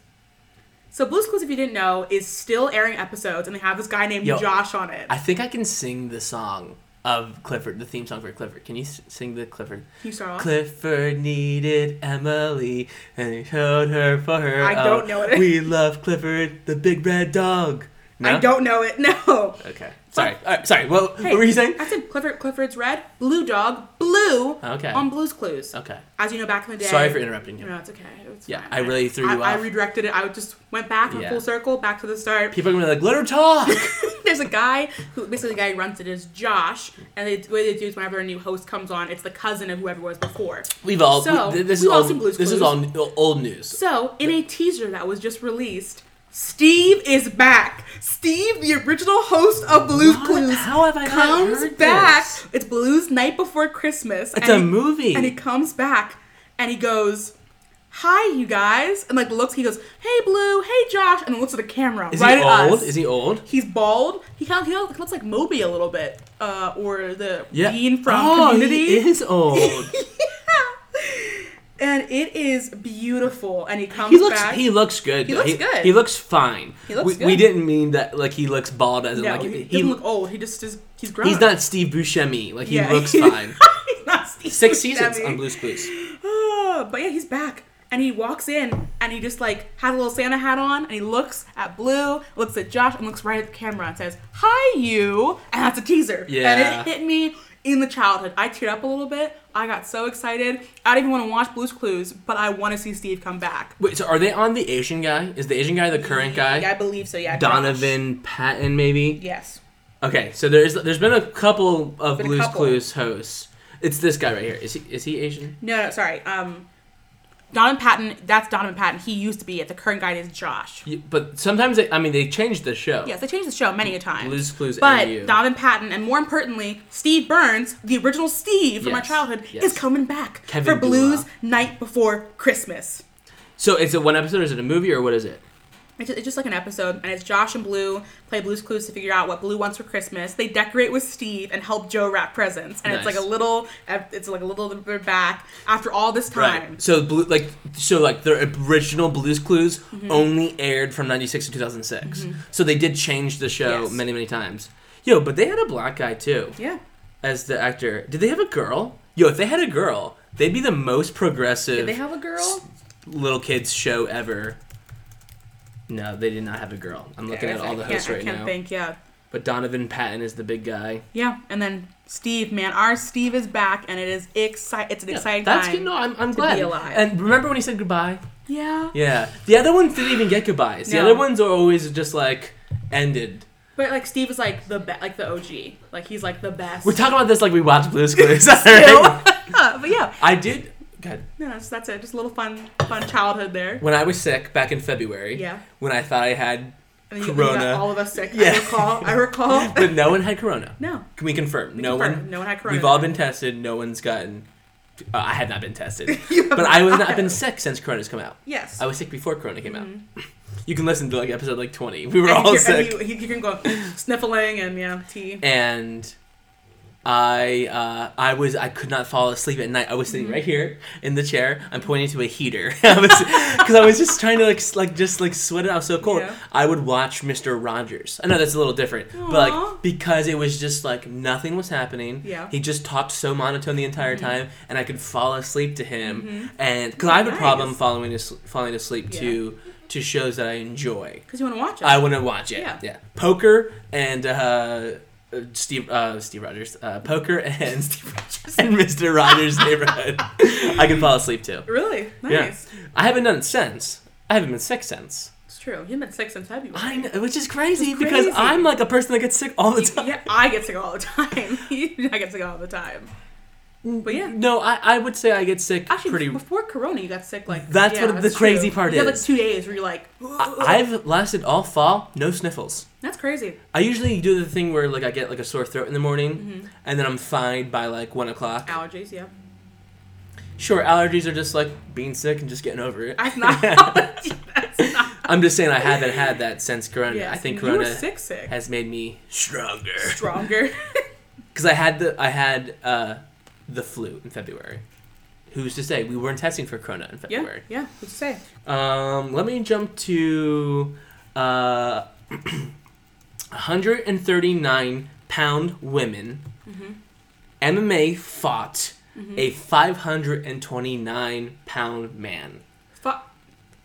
[SPEAKER 1] So Blue's Clues, if you didn't know, is still airing episodes, and they have this guy named
[SPEAKER 2] Yo,
[SPEAKER 1] Josh on it.
[SPEAKER 2] I think I can sing the song of Clifford, the theme song for Clifford. Can you s- sing the Clifford?
[SPEAKER 1] Can you start off?
[SPEAKER 2] Clifford needed Emily, and he showed her for her.
[SPEAKER 1] I don't
[SPEAKER 2] own.
[SPEAKER 1] know it.
[SPEAKER 2] We love Clifford, the big red dog. No?
[SPEAKER 1] I don't know it. No.
[SPEAKER 2] Okay. Sorry. All right, sorry. Well,
[SPEAKER 1] Hey,
[SPEAKER 2] what were you saying?
[SPEAKER 1] I said Clifford. Clifford's red, blue dog, blue.
[SPEAKER 2] Okay.
[SPEAKER 1] On Blue's Clues.
[SPEAKER 2] Okay.
[SPEAKER 1] As you know, back in the day.
[SPEAKER 2] Sorry for interrupting you.
[SPEAKER 1] No, it's okay. It's
[SPEAKER 2] Yeah,
[SPEAKER 1] fine.
[SPEAKER 2] I really threw you
[SPEAKER 1] I, I
[SPEAKER 2] off.
[SPEAKER 1] redirected it. I just went back in
[SPEAKER 2] Yeah.
[SPEAKER 1] full circle, back to the start.
[SPEAKER 2] People are gonna be like, "Let her talk."
[SPEAKER 1] There's a guy who basically the guy who runs it is Josh, and they, the way they do is whenever a new host comes on, it's the cousin of whoever was before.
[SPEAKER 2] We've all.
[SPEAKER 1] So,
[SPEAKER 2] we- this is
[SPEAKER 1] we've all
[SPEAKER 2] all.
[SPEAKER 1] seen Blue's
[SPEAKER 2] this is all
[SPEAKER 1] Clues.
[SPEAKER 2] n- old news.
[SPEAKER 1] So in a teaser that was just released, Steve is back. Steve, the original host of Blue's
[SPEAKER 2] What?
[SPEAKER 1] Clues,
[SPEAKER 2] How have I not
[SPEAKER 1] comes
[SPEAKER 2] heard
[SPEAKER 1] back.
[SPEAKER 2] this?
[SPEAKER 1] It's Blue's Night Before Christmas.
[SPEAKER 2] It's
[SPEAKER 1] and
[SPEAKER 2] a
[SPEAKER 1] he-
[SPEAKER 2] movie.
[SPEAKER 1] and he comes back and he goes. Hi, you guys, and like looks. He goes, "Hey, Blue. Hey, Josh," and looks at the camera.
[SPEAKER 2] is
[SPEAKER 1] right
[SPEAKER 2] he
[SPEAKER 1] at
[SPEAKER 2] old?
[SPEAKER 1] us.
[SPEAKER 2] Is he old?
[SPEAKER 1] He's bald. He kind of he look- looks like Moby a little bit, uh, or the
[SPEAKER 2] Yeah.
[SPEAKER 1] Dean from
[SPEAKER 2] oh,
[SPEAKER 1] Community.
[SPEAKER 2] he is old.
[SPEAKER 1] And it is beautiful. And he comes
[SPEAKER 2] He looks
[SPEAKER 1] back.
[SPEAKER 2] he looks good.
[SPEAKER 1] He
[SPEAKER 2] though.
[SPEAKER 1] looks good.
[SPEAKER 2] He looks fine.
[SPEAKER 1] He looks
[SPEAKER 2] we,
[SPEAKER 1] good.
[SPEAKER 2] we didn't mean that like he looks bald as in
[SPEAKER 1] no,
[SPEAKER 2] like
[SPEAKER 1] he,
[SPEAKER 2] he,
[SPEAKER 1] doesn't look old. He just is. He's grown.
[SPEAKER 2] he's not Steve Buscemi. Like he
[SPEAKER 1] Yeah.
[SPEAKER 2] looks fine.
[SPEAKER 1] he's not Steve
[SPEAKER 2] Six
[SPEAKER 1] Buscemi.
[SPEAKER 2] seasons on Blue's Clues.
[SPEAKER 1] Ah, but yeah, he's back. And he walks in and he just like has a little Santa hat on and he looks at Blue, looks at Josh, and looks right at the camera and says, Hi, you. And that's a teaser.
[SPEAKER 2] Yeah.
[SPEAKER 1] And it hit me in the childhood. I teared up a little bit. I got so excited. I didn't even want to watch Blue's Clues, but I want to see Steve come back.
[SPEAKER 2] Wait, so are they on the Asian guy? Is the Asian guy the current guy?
[SPEAKER 1] Yeah, I believe so. Yeah. Josh.
[SPEAKER 2] Donovan Patton, maybe.
[SPEAKER 1] Yes.
[SPEAKER 2] Okay, so there's there's been a couple of
[SPEAKER 1] Been a
[SPEAKER 2] Blue's
[SPEAKER 1] couple.
[SPEAKER 2] Clues hosts. It's this guy right here. Is he is he Asian?
[SPEAKER 1] No, no, sorry. Um, Donovan Patton, that's Donovan Patton. He used to be it. The current guy is Josh.
[SPEAKER 2] You- But sometimes, they, I mean, they changed the show.
[SPEAKER 1] Yes, they changed the show many a time.
[SPEAKER 2] Blue's Clues
[SPEAKER 1] But
[SPEAKER 2] NU.
[SPEAKER 1] Donovan Patton, and more importantly, Steve Burns, the original Steve from
[SPEAKER 2] Yes,
[SPEAKER 1] our childhood,
[SPEAKER 2] yes.
[SPEAKER 1] is coming back
[SPEAKER 2] Kevin
[SPEAKER 1] for Blues
[SPEAKER 2] Dula.
[SPEAKER 1] Night Before Christmas.
[SPEAKER 2] So it's a one episode. Is it a movie or what is it?
[SPEAKER 1] It's just, it's just like an episode, and it's Josh and Blue play Blue's Clues to figure out what Blue wants for Christmas. They decorate with Steve and help Joe wrap presents, and it's
[SPEAKER 2] Nice.
[SPEAKER 1] like a little, it's like a little bit back after all this time.
[SPEAKER 2] So blue, like, so like the original Blue's Clues
[SPEAKER 1] Mm-hmm.
[SPEAKER 2] only aired from '96 to 2006. So they did change the show
[SPEAKER 1] Yes.
[SPEAKER 2] many, many times. Yo, but they had a black guy too
[SPEAKER 1] Yeah,
[SPEAKER 2] as the actor. Did they have a girl? Yo, if they had a girl, they'd be the most progressive.
[SPEAKER 1] did they have a girl?
[SPEAKER 2] little kids show ever. No, they did not have a girl. I'm looking at
[SPEAKER 1] I
[SPEAKER 2] all the
[SPEAKER 1] can't-
[SPEAKER 2] hosts
[SPEAKER 1] I
[SPEAKER 2] right
[SPEAKER 1] can't
[SPEAKER 2] now.
[SPEAKER 1] think. Yeah,
[SPEAKER 2] But Donovan Patton is the big guy.
[SPEAKER 1] yeah, and then Steve, man, our Steve is back, and it is excite. It's an exciting
[SPEAKER 2] That's
[SPEAKER 1] time.
[SPEAKER 2] good. No, I'm, I'm
[SPEAKER 1] to
[SPEAKER 2] glad.
[SPEAKER 1] be alive.
[SPEAKER 2] And remember when he said goodbye?
[SPEAKER 1] yeah.
[SPEAKER 2] Yeah. The other ones didn't even get goodbyes. The
[SPEAKER 1] No.
[SPEAKER 2] other ones are always just like ended.
[SPEAKER 1] But like Steve is like the be- like the OG. Like he's like the best.
[SPEAKER 2] We're talking about this like we watched Blue's Clues.
[SPEAKER 1] Still.
[SPEAKER 2] alright?
[SPEAKER 1] but yeah,
[SPEAKER 2] I did. God.
[SPEAKER 1] no, that's, that's it. Just a little fun, fun childhood there.
[SPEAKER 2] When I was sick back in February.
[SPEAKER 1] Yeah.
[SPEAKER 2] When I thought I had,
[SPEAKER 1] And then you, you
[SPEAKER 2] Corona.
[SPEAKER 1] got all of us sick.
[SPEAKER 2] Yeah.
[SPEAKER 1] I recall. I recall.
[SPEAKER 2] but no one had corona.
[SPEAKER 1] no.
[SPEAKER 2] Can we confirm? no
[SPEAKER 1] Oh. confirm.
[SPEAKER 2] one.
[SPEAKER 1] No one had corona.
[SPEAKER 2] We've all been tested. No one's gotten. Uh, I had not been tested, but I was not been sick since Corona's come out.
[SPEAKER 1] Yes.
[SPEAKER 2] I was sick before Corona came
[SPEAKER 1] Mm-hmm.
[SPEAKER 2] out. You can listen to like episode like twenty. We were
[SPEAKER 1] And
[SPEAKER 2] all
[SPEAKER 1] you,
[SPEAKER 2] sick.
[SPEAKER 1] And you, you can go sniffling and yeah, tea.
[SPEAKER 2] and I uh, I was I could not fall asleep at night. I was
[SPEAKER 1] Mm-hmm.
[SPEAKER 2] sitting right here in the chair. I'm pointing to a heater because I was just trying to like s- like just like sweat it out. So cold.
[SPEAKER 1] Yeah.
[SPEAKER 2] I would watch Mister Rogers. I know that's a little different, but
[SPEAKER 1] Aw.
[SPEAKER 2] like because it was just like nothing was happening.
[SPEAKER 1] Yeah. Mm-hmm.
[SPEAKER 2] He just talked so monotone the entire time, and I could fall asleep to him. And because I have a
[SPEAKER 1] Nice.
[SPEAKER 2] problem falling as- falling asleep
[SPEAKER 1] Yeah.
[SPEAKER 2] to to shows that I enjoy.
[SPEAKER 1] Because you want to watch it.
[SPEAKER 2] I want to watch it. Yeah.
[SPEAKER 1] Yeah.
[SPEAKER 2] Poker and uh, uh, Steve uh, Steve Rogers. Uh, poker and Steve Rogers and Mr. Rogers' Neighborhood. I can fall asleep too.
[SPEAKER 1] really
[SPEAKER 2] Yeah.
[SPEAKER 1] nice.
[SPEAKER 2] I haven't done it since. I haven't been sick since.
[SPEAKER 1] It's true. You've been sick since February.
[SPEAKER 2] I know, which is crazy
[SPEAKER 1] It's
[SPEAKER 2] because
[SPEAKER 1] crazy.
[SPEAKER 2] I'm like a person that gets sick all the time.
[SPEAKER 1] yeah, I get sick all the time. I get sick all the time. But yeah.
[SPEAKER 2] No, I, I would say I get sick
[SPEAKER 1] Actually,
[SPEAKER 2] pretty.
[SPEAKER 1] before Corona, you got sick like.
[SPEAKER 2] That's what the crazy part
[SPEAKER 1] you had,
[SPEAKER 2] is.
[SPEAKER 1] like two days where you're like,
[SPEAKER 2] I, I've lasted all fall, no sniffles.
[SPEAKER 1] that's crazy.
[SPEAKER 2] I usually do the thing where like I get like a sore throat in the morning, and then I'm fine by like one o'clock.
[SPEAKER 1] Allergies, yeah.
[SPEAKER 2] Sure, allergies are just like being sick and just getting over it.
[SPEAKER 1] That's not allergy. That's not.
[SPEAKER 2] I'm just saying I haven't had that since Corona.
[SPEAKER 1] Yes,
[SPEAKER 2] I think
[SPEAKER 1] you were
[SPEAKER 2] Corona
[SPEAKER 1] sick, sick.
[SPEAKER 2] has made me stronger.
[SPEAKER 1] stronger.
[SPEAKER 2] Because I had the I had uh, the flu in February. Who's to say we weren't testing for Corona in
[SPEAKER 1] yeah,
[SPEAKER 2] February?
[SPEAKER 1] yeah. What'd you say?
[SPEAKER 2] Um, let me jump to uh, 139 pound women.
[SPEAKER 1] Mm-hmm.
[SPEAKER 2] MMA fought a 529 pound man.
[SPEAKER 1] Fi-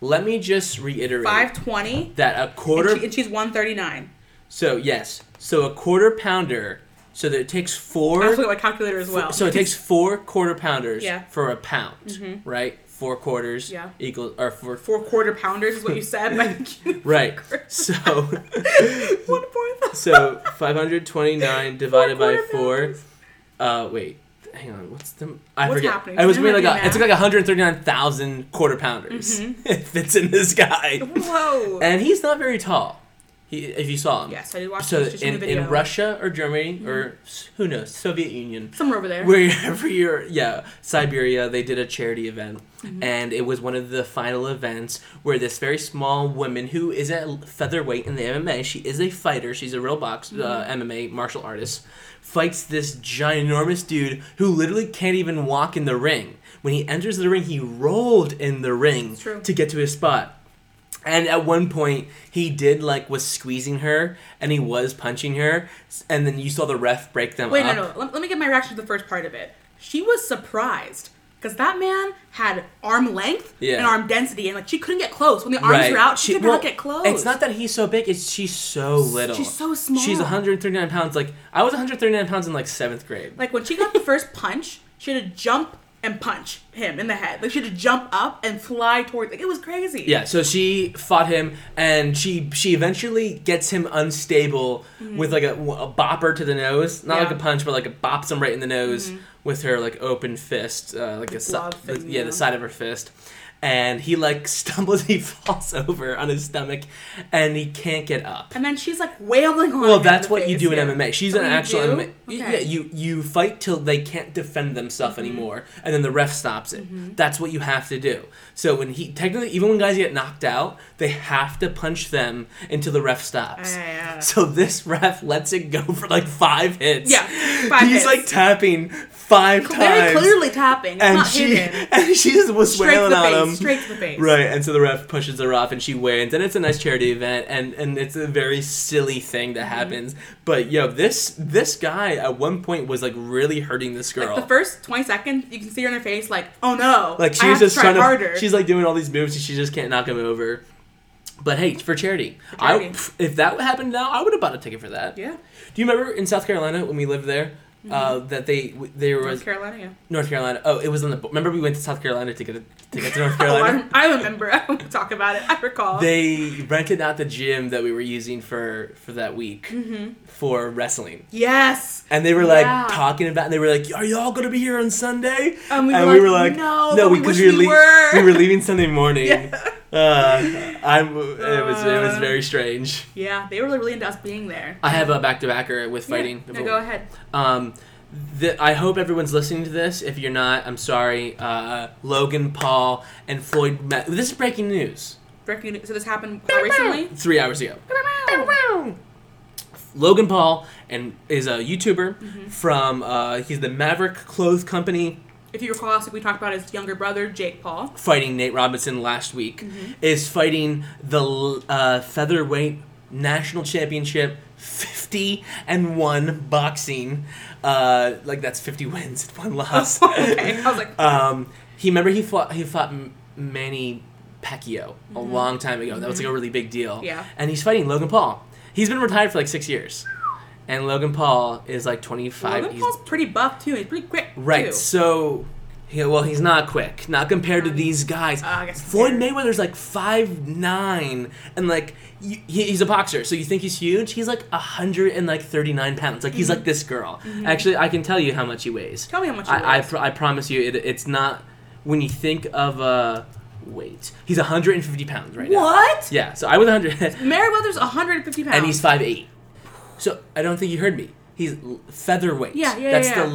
[SPEAKER 2] Let me just reiterate.
[SPEAKER 1] Five twenty,
[SPEAKER 2] that a quarter
[SPEAKER 1] and, she, and she's one thirty nine.
[SPEAKER 2] so yes so a quarter pounder so that it takes four
[SPEAKER 1] I also got my calculator as well.
[SPEAKER 2] so it takes four quarter pounders
[SPEAKER 1] Yeah. Mm-hmm.
[SPEAKER 2] for a pound right four quarters
[SPEAKER 1] Yeah.
[SPEAKER 2] equals or four,
[SPEAKER 1] four quarter pounders is what you said. Like
[SPEAKER 2] right so
[SPEAKER 1] one fourth.
[SPEAKER 2] so 529 divided by
[SPEAKER 1] quarter
[SPEAKER 2] four
[SPEAKER 1] pounders.
[SPEAKER 2] uh wait hang on what's the i
[SPEAKER 1] What's
[SPEAKER 2] forget
[SPEAKER 1] happening?
[SPEAKER 2] i was
[SPEAKER 1] I'm
[SPEAKER 2] reading
[SPEAKER 1] not
[SPEAKER 2] like
[SPEAKER 1] doing
[SPEAKER 2] a, it took
[SPEAKER 1] math.
[SPEAKER 2] like 139000 quarter pounders
[SPEAKER 1] Mm-hmm.
[SPEAKER 2] it fits in this guy
[SPEAKER 1] Whoa.
[SPEAKER 2] and he's not very tall he, if you saw him
[SPEAKER 1] yes, I did watch
[SPEAKER 2] so
[SPEAKER 1] this just in,
[SPEAKER 2] in,
[SPEAKER 1] the video.
[SPEAKER 2] in Russia or Germany or s- who knows Soviet Union
[SPEAKER 1] somewhere over there.
[SPEAKER 2] wherever you're yeah Siberia they did a charity event
[SPEAKER 1] Mm-hmm.
[SPEAKER 2] and it was one of the final events where this very small woman who is a featherweight in the MMA she is a fighter she's a real box uh,
[SPEAKER 1] Mm-hmm.
[SPEAKER 2] MMA martial artist fights this ginormous dude who literally can't even walk in the ring when he enters the ring he rolled in the ring
[SPEAKER 1] true.
[SPEAKER 2] to get to his spot and at one point, he did like was squeezing her, and he was punching her, s- and then you saw the ref break them
[SPEAKER 1] Wait,
[SPEAKER 2] up.
[SPEAKER 1] no, no. Let, let me get my reaction to the first part of it. She was surprised because that man had arm length
[SPEAKER 2] Yeah.
[SPEAKER 1] and arm density, and like she couldn't get close when the arms were out. She, could
[SPEAKER 2] well,
[SPEAKER 1] not get close.
[SPEAKER 2] It's not that he's so big; it's she's so little.
[SPEAKER 1] she's so small.
[SPEAKER 2] She's 139 pounds. Like I was 139 pounds in like seventh grade.
[SPEAKER 1] Like when she got the first punch, she had to jump and punch him in the head. Like she had to jump up and fly towards. Like it was crazy.
[SPEAKER 2] Yeah, so she fought him, and she she eventually gets him unstable with like a, a bopper to the nose,
[SPEAKER 1] Mm-hmm.
[SPEAKER 2] not
[SPEAKER 1] Yeah. Mm-hmm.
[SPEAKER 2] like a punch, but like a bops him right in the nose with her like open fist, uh, like a si-
[SPEAKER 1] glove
[SPEAKER 2] the-
[SPEAKER 1] thing,
[SPEAKER 2] yeah,
[SPEAKER 1] yeah.
[SPEAKER 2] the side of her fist, and he like stumbles, he falls over on his stomach, and he can't get up.
[SPEAKER 1] And then she's like wailing on.
[SPEAKER 2] Well,
[SPEAKER 1] him
[SPEAKER 2] that's
[SPEAKER 1] in the
[SPEAKER 2] what you
[SPEAKER 1] face
[SPEAKER 2] do in
[SPEAKER 1] here.
[SPEAKER 2] MMA. She's
[SPEAKER 1] Oh,
[SPEAKER 2] an
[SPEAKER 1] you
[SPEAKER 2] actual
[SPEAKER 1] do?
[SPEAKER 2] MMA. y- Yeah,
[SPEAKER 1] Okay. Mm-hmm.
[SPEAKER 2] you you fight till they can't defend themselves anymore, and then the ref stops it. That's what you have to do. So when he technically, even when guys get knocked out, they have to punch them until the ref stops.
[SPEAKER 1] Yeah, yeah, yeah.
[SPEAKER 2] So this ref lets it go for like five hits.
[SPEAKER 1] Yeah, five
[SPEAKER 2] He's
[SPEAKER 1] hits.
[SPEAKER 2] like tapping five
[SPEAKER 1] very
[SPEAKER 2] times.
[SPEAKER 1] clearly tapping, it's
[SPEAKER 2] And
[SPEAKER 1] not
[SPEAKER 2] she
[SPEAKER 1] hidden.
[SPEAKER 2] and she just was
[SPEAKER 1] Straight to
[SPEAKER 2] wailing
[SPEAKER 1] the
[SPEAKER 2] on
[SPEAKER 1] face.
[SPEAKER 2] him.
[SPEAKER 1] Straight to the face.
[SPEAKER 2] Right, and so the ref pushes her off, and she wins, and it's a nice charity event, and and it's a very silly thing
[SPEAKER 1] Mm-hmm.
[SPEAKER 2] that happens. But yo, this this guy at one point was like really hurting this girl.
[SPEAKER 1] The first twenty seconds, you can see her in her face, like, oh no,
[SPEAKER 2] like she
[SPEAKER 1] I
[SPEAKER 2] was
[SPEAKER 1] have
[SPEAKER 2] just
[SPEAKER 1] to try
[SPEAKER 2] trying to,
[SPEAKER 1] harder.
[SPEAKER 2] she's like doing all these moves, and she just can't knock him over. But hey, it's for charity. I
[SPEAKER 1] charity.
[SPEAKER 2] pff, if that happened now, I would have bought a ticket for that.
[SPEAKER 1] yeah, Mm-hmm.
[SPEAKER 2] Do you remember in South Carolina when we lived there? Uh, that they w- there was
[SPEAKER 1] North Carolina. Yeah.
[SPEAKER 2] North Carolina. Oh, it was on the. Remember, we went to South Carolina to get a, to get to North
[SPEAKER 1] Oh,
[SPEAKER 2] Carolina.
[SPEAKER 1] I, I remember. I won't talk about it. I recall.
[SPEAKER 2] They rented out the gym that we were using for for that week for wrestling,
[SPEAKER 1] yes.
[SPEAKER 2] and they were like
[SPEAKER 1] Mm-hmm. Yeah.
[SPEAKER 2] talking about. And they were like, "Are y'all gonna be here on Sunday?"
[SPEAKER 1] And we were Um, like, "No, but we
[SPEAKER 2] because
[SPEAKER 1] wish we
[SPEAKER 2] lea-
[SPEAKER 1] were."
[SPEAKER 2] we were leaving Sunday morning. Uh, I'm. It was it was
[SPEAKER 1] Uh.
[SPEAKER 2] very strange.
[SPEAKER 1] Yeah, they were really into us being there.
[SPEAKER 2] I have a back to backer with fighting.
[SPEAKER 1] Yeah. No, go ahead.
[SPEAKER 2] Um, th- I hope everyone's listening to this. If you're not, I'm sorry. Uh, Logan Paul and Floyd. Ma- this is breaking news.
[SPEAKER 1] Breaking news- So this happened how recently.
[SPEAKER 2] Three hours ago. Logan Paul and is a YouTuber
[SPEAKER 1] Mm-hmm.
[SPEAKER 2] from. Uh, he's the Maverick Clothes Company.
[SPEAKER 1] If you recall, last week we talked about his younger brother Jake Paul.
[SPEAKER 2] Fighting Nate Robinson last week
[SPEAKER 1] Mm-hmm.
[SPEAKER 2] is fighting the l- uh, featherweight national championship. 50 and 1 boxing uh like that's 50 wins and one loss
[SPEAKER 1] okay, I was like,
[SPEAKER 2] Um, he remember he fought he fought M- Manny Pacquiao a long time ago. That was like a really big deal.
[SPEAKER 1] Mm-hmm. Yeah.
[SPEAKER 2] And he's fighting Logan Paul. He's been retired for like six years, and Logan Paul is like twenty five.
[SPEAKER 1] Logan Paul's pretty buff too. He's pretty quick.
[SPEAKER 2] right.
[SPEAKER 1] too.
[SPEAKER 2] So. Yeah, well, he's not quick. Not compared to these guys.
[SPEAKER 1] Ah, I guess
[SPEAKER 2] Floyd
[SPEAKER 1] compared-
[SPEAKER 2] Mayweather's like five nine, and like y- he, he's a boxer, so you think he's huge? He's like hundred and like thirty nine pounds. Like he's like this girl. Actually, I can tell you how much he weighs.
[SPEAKER 1] Mm-hmm. Tell me how much he
[SPEAKER 2] I, I,
[SPEAKER 1] weighs.
[SPEAKER 2] pr- I promise you, it, it's not. When you think of uh, weight, he's 150 pounds right now.
[SPEAKER 1] What?
[SPEAKER 2] Yeah, so I was 100,
[SPEAKER 1] Merriweather's 150 pounds.
[SPEAKER 2] and he's 5'8. So I don't think you heard me. He's l- featherweight.
[SPEAKER 1] Yeah, yeah,
[SPEAKER 2] That's
[SPEAKER 1] yeah,
[SPEAKER 2] the
[SPEAKER 1] yeah.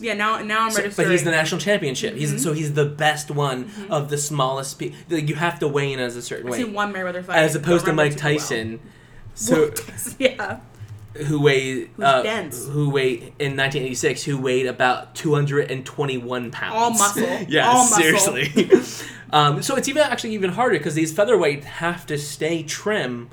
[SPEAKER 1] Yes, yeah, now now I'm
[SPEAKER 2] So-
[SPEAKER 1] registering.
[SPEAKER 2] but he's the national championship.
[SPEAKER 1] Mm-hmm.
[SPEAKER 2] He's so he's the best one of the smallest people. You have to weigh in as a certain
[SPEAKER 1] I've
[SPEAKER 2] weight,
[SPEAKER 1] seen one Merriweather fight.
[SPEAKER 2] as opposed to
[SPEAKER 1] Don't remember
[SPEAKER 2] Mike
[SPEAKER 1] too well.
[SPEAKER 2] Tyson. So
[SPEAKER 1] yeah.
[SPEAKER 2] who weighed uh,
[SPEAKER 1] dense.
[SPEAKER 2] who weighed in 1986 who weighed about 221 pounds
[SPEAKER 1] All muscle.
[SPEAKER 2] yeah
[SPEAKER 1] All muscle.
[SPEAKER 2] seriously um, so it's even actually even harder because these featherweight have to stay trim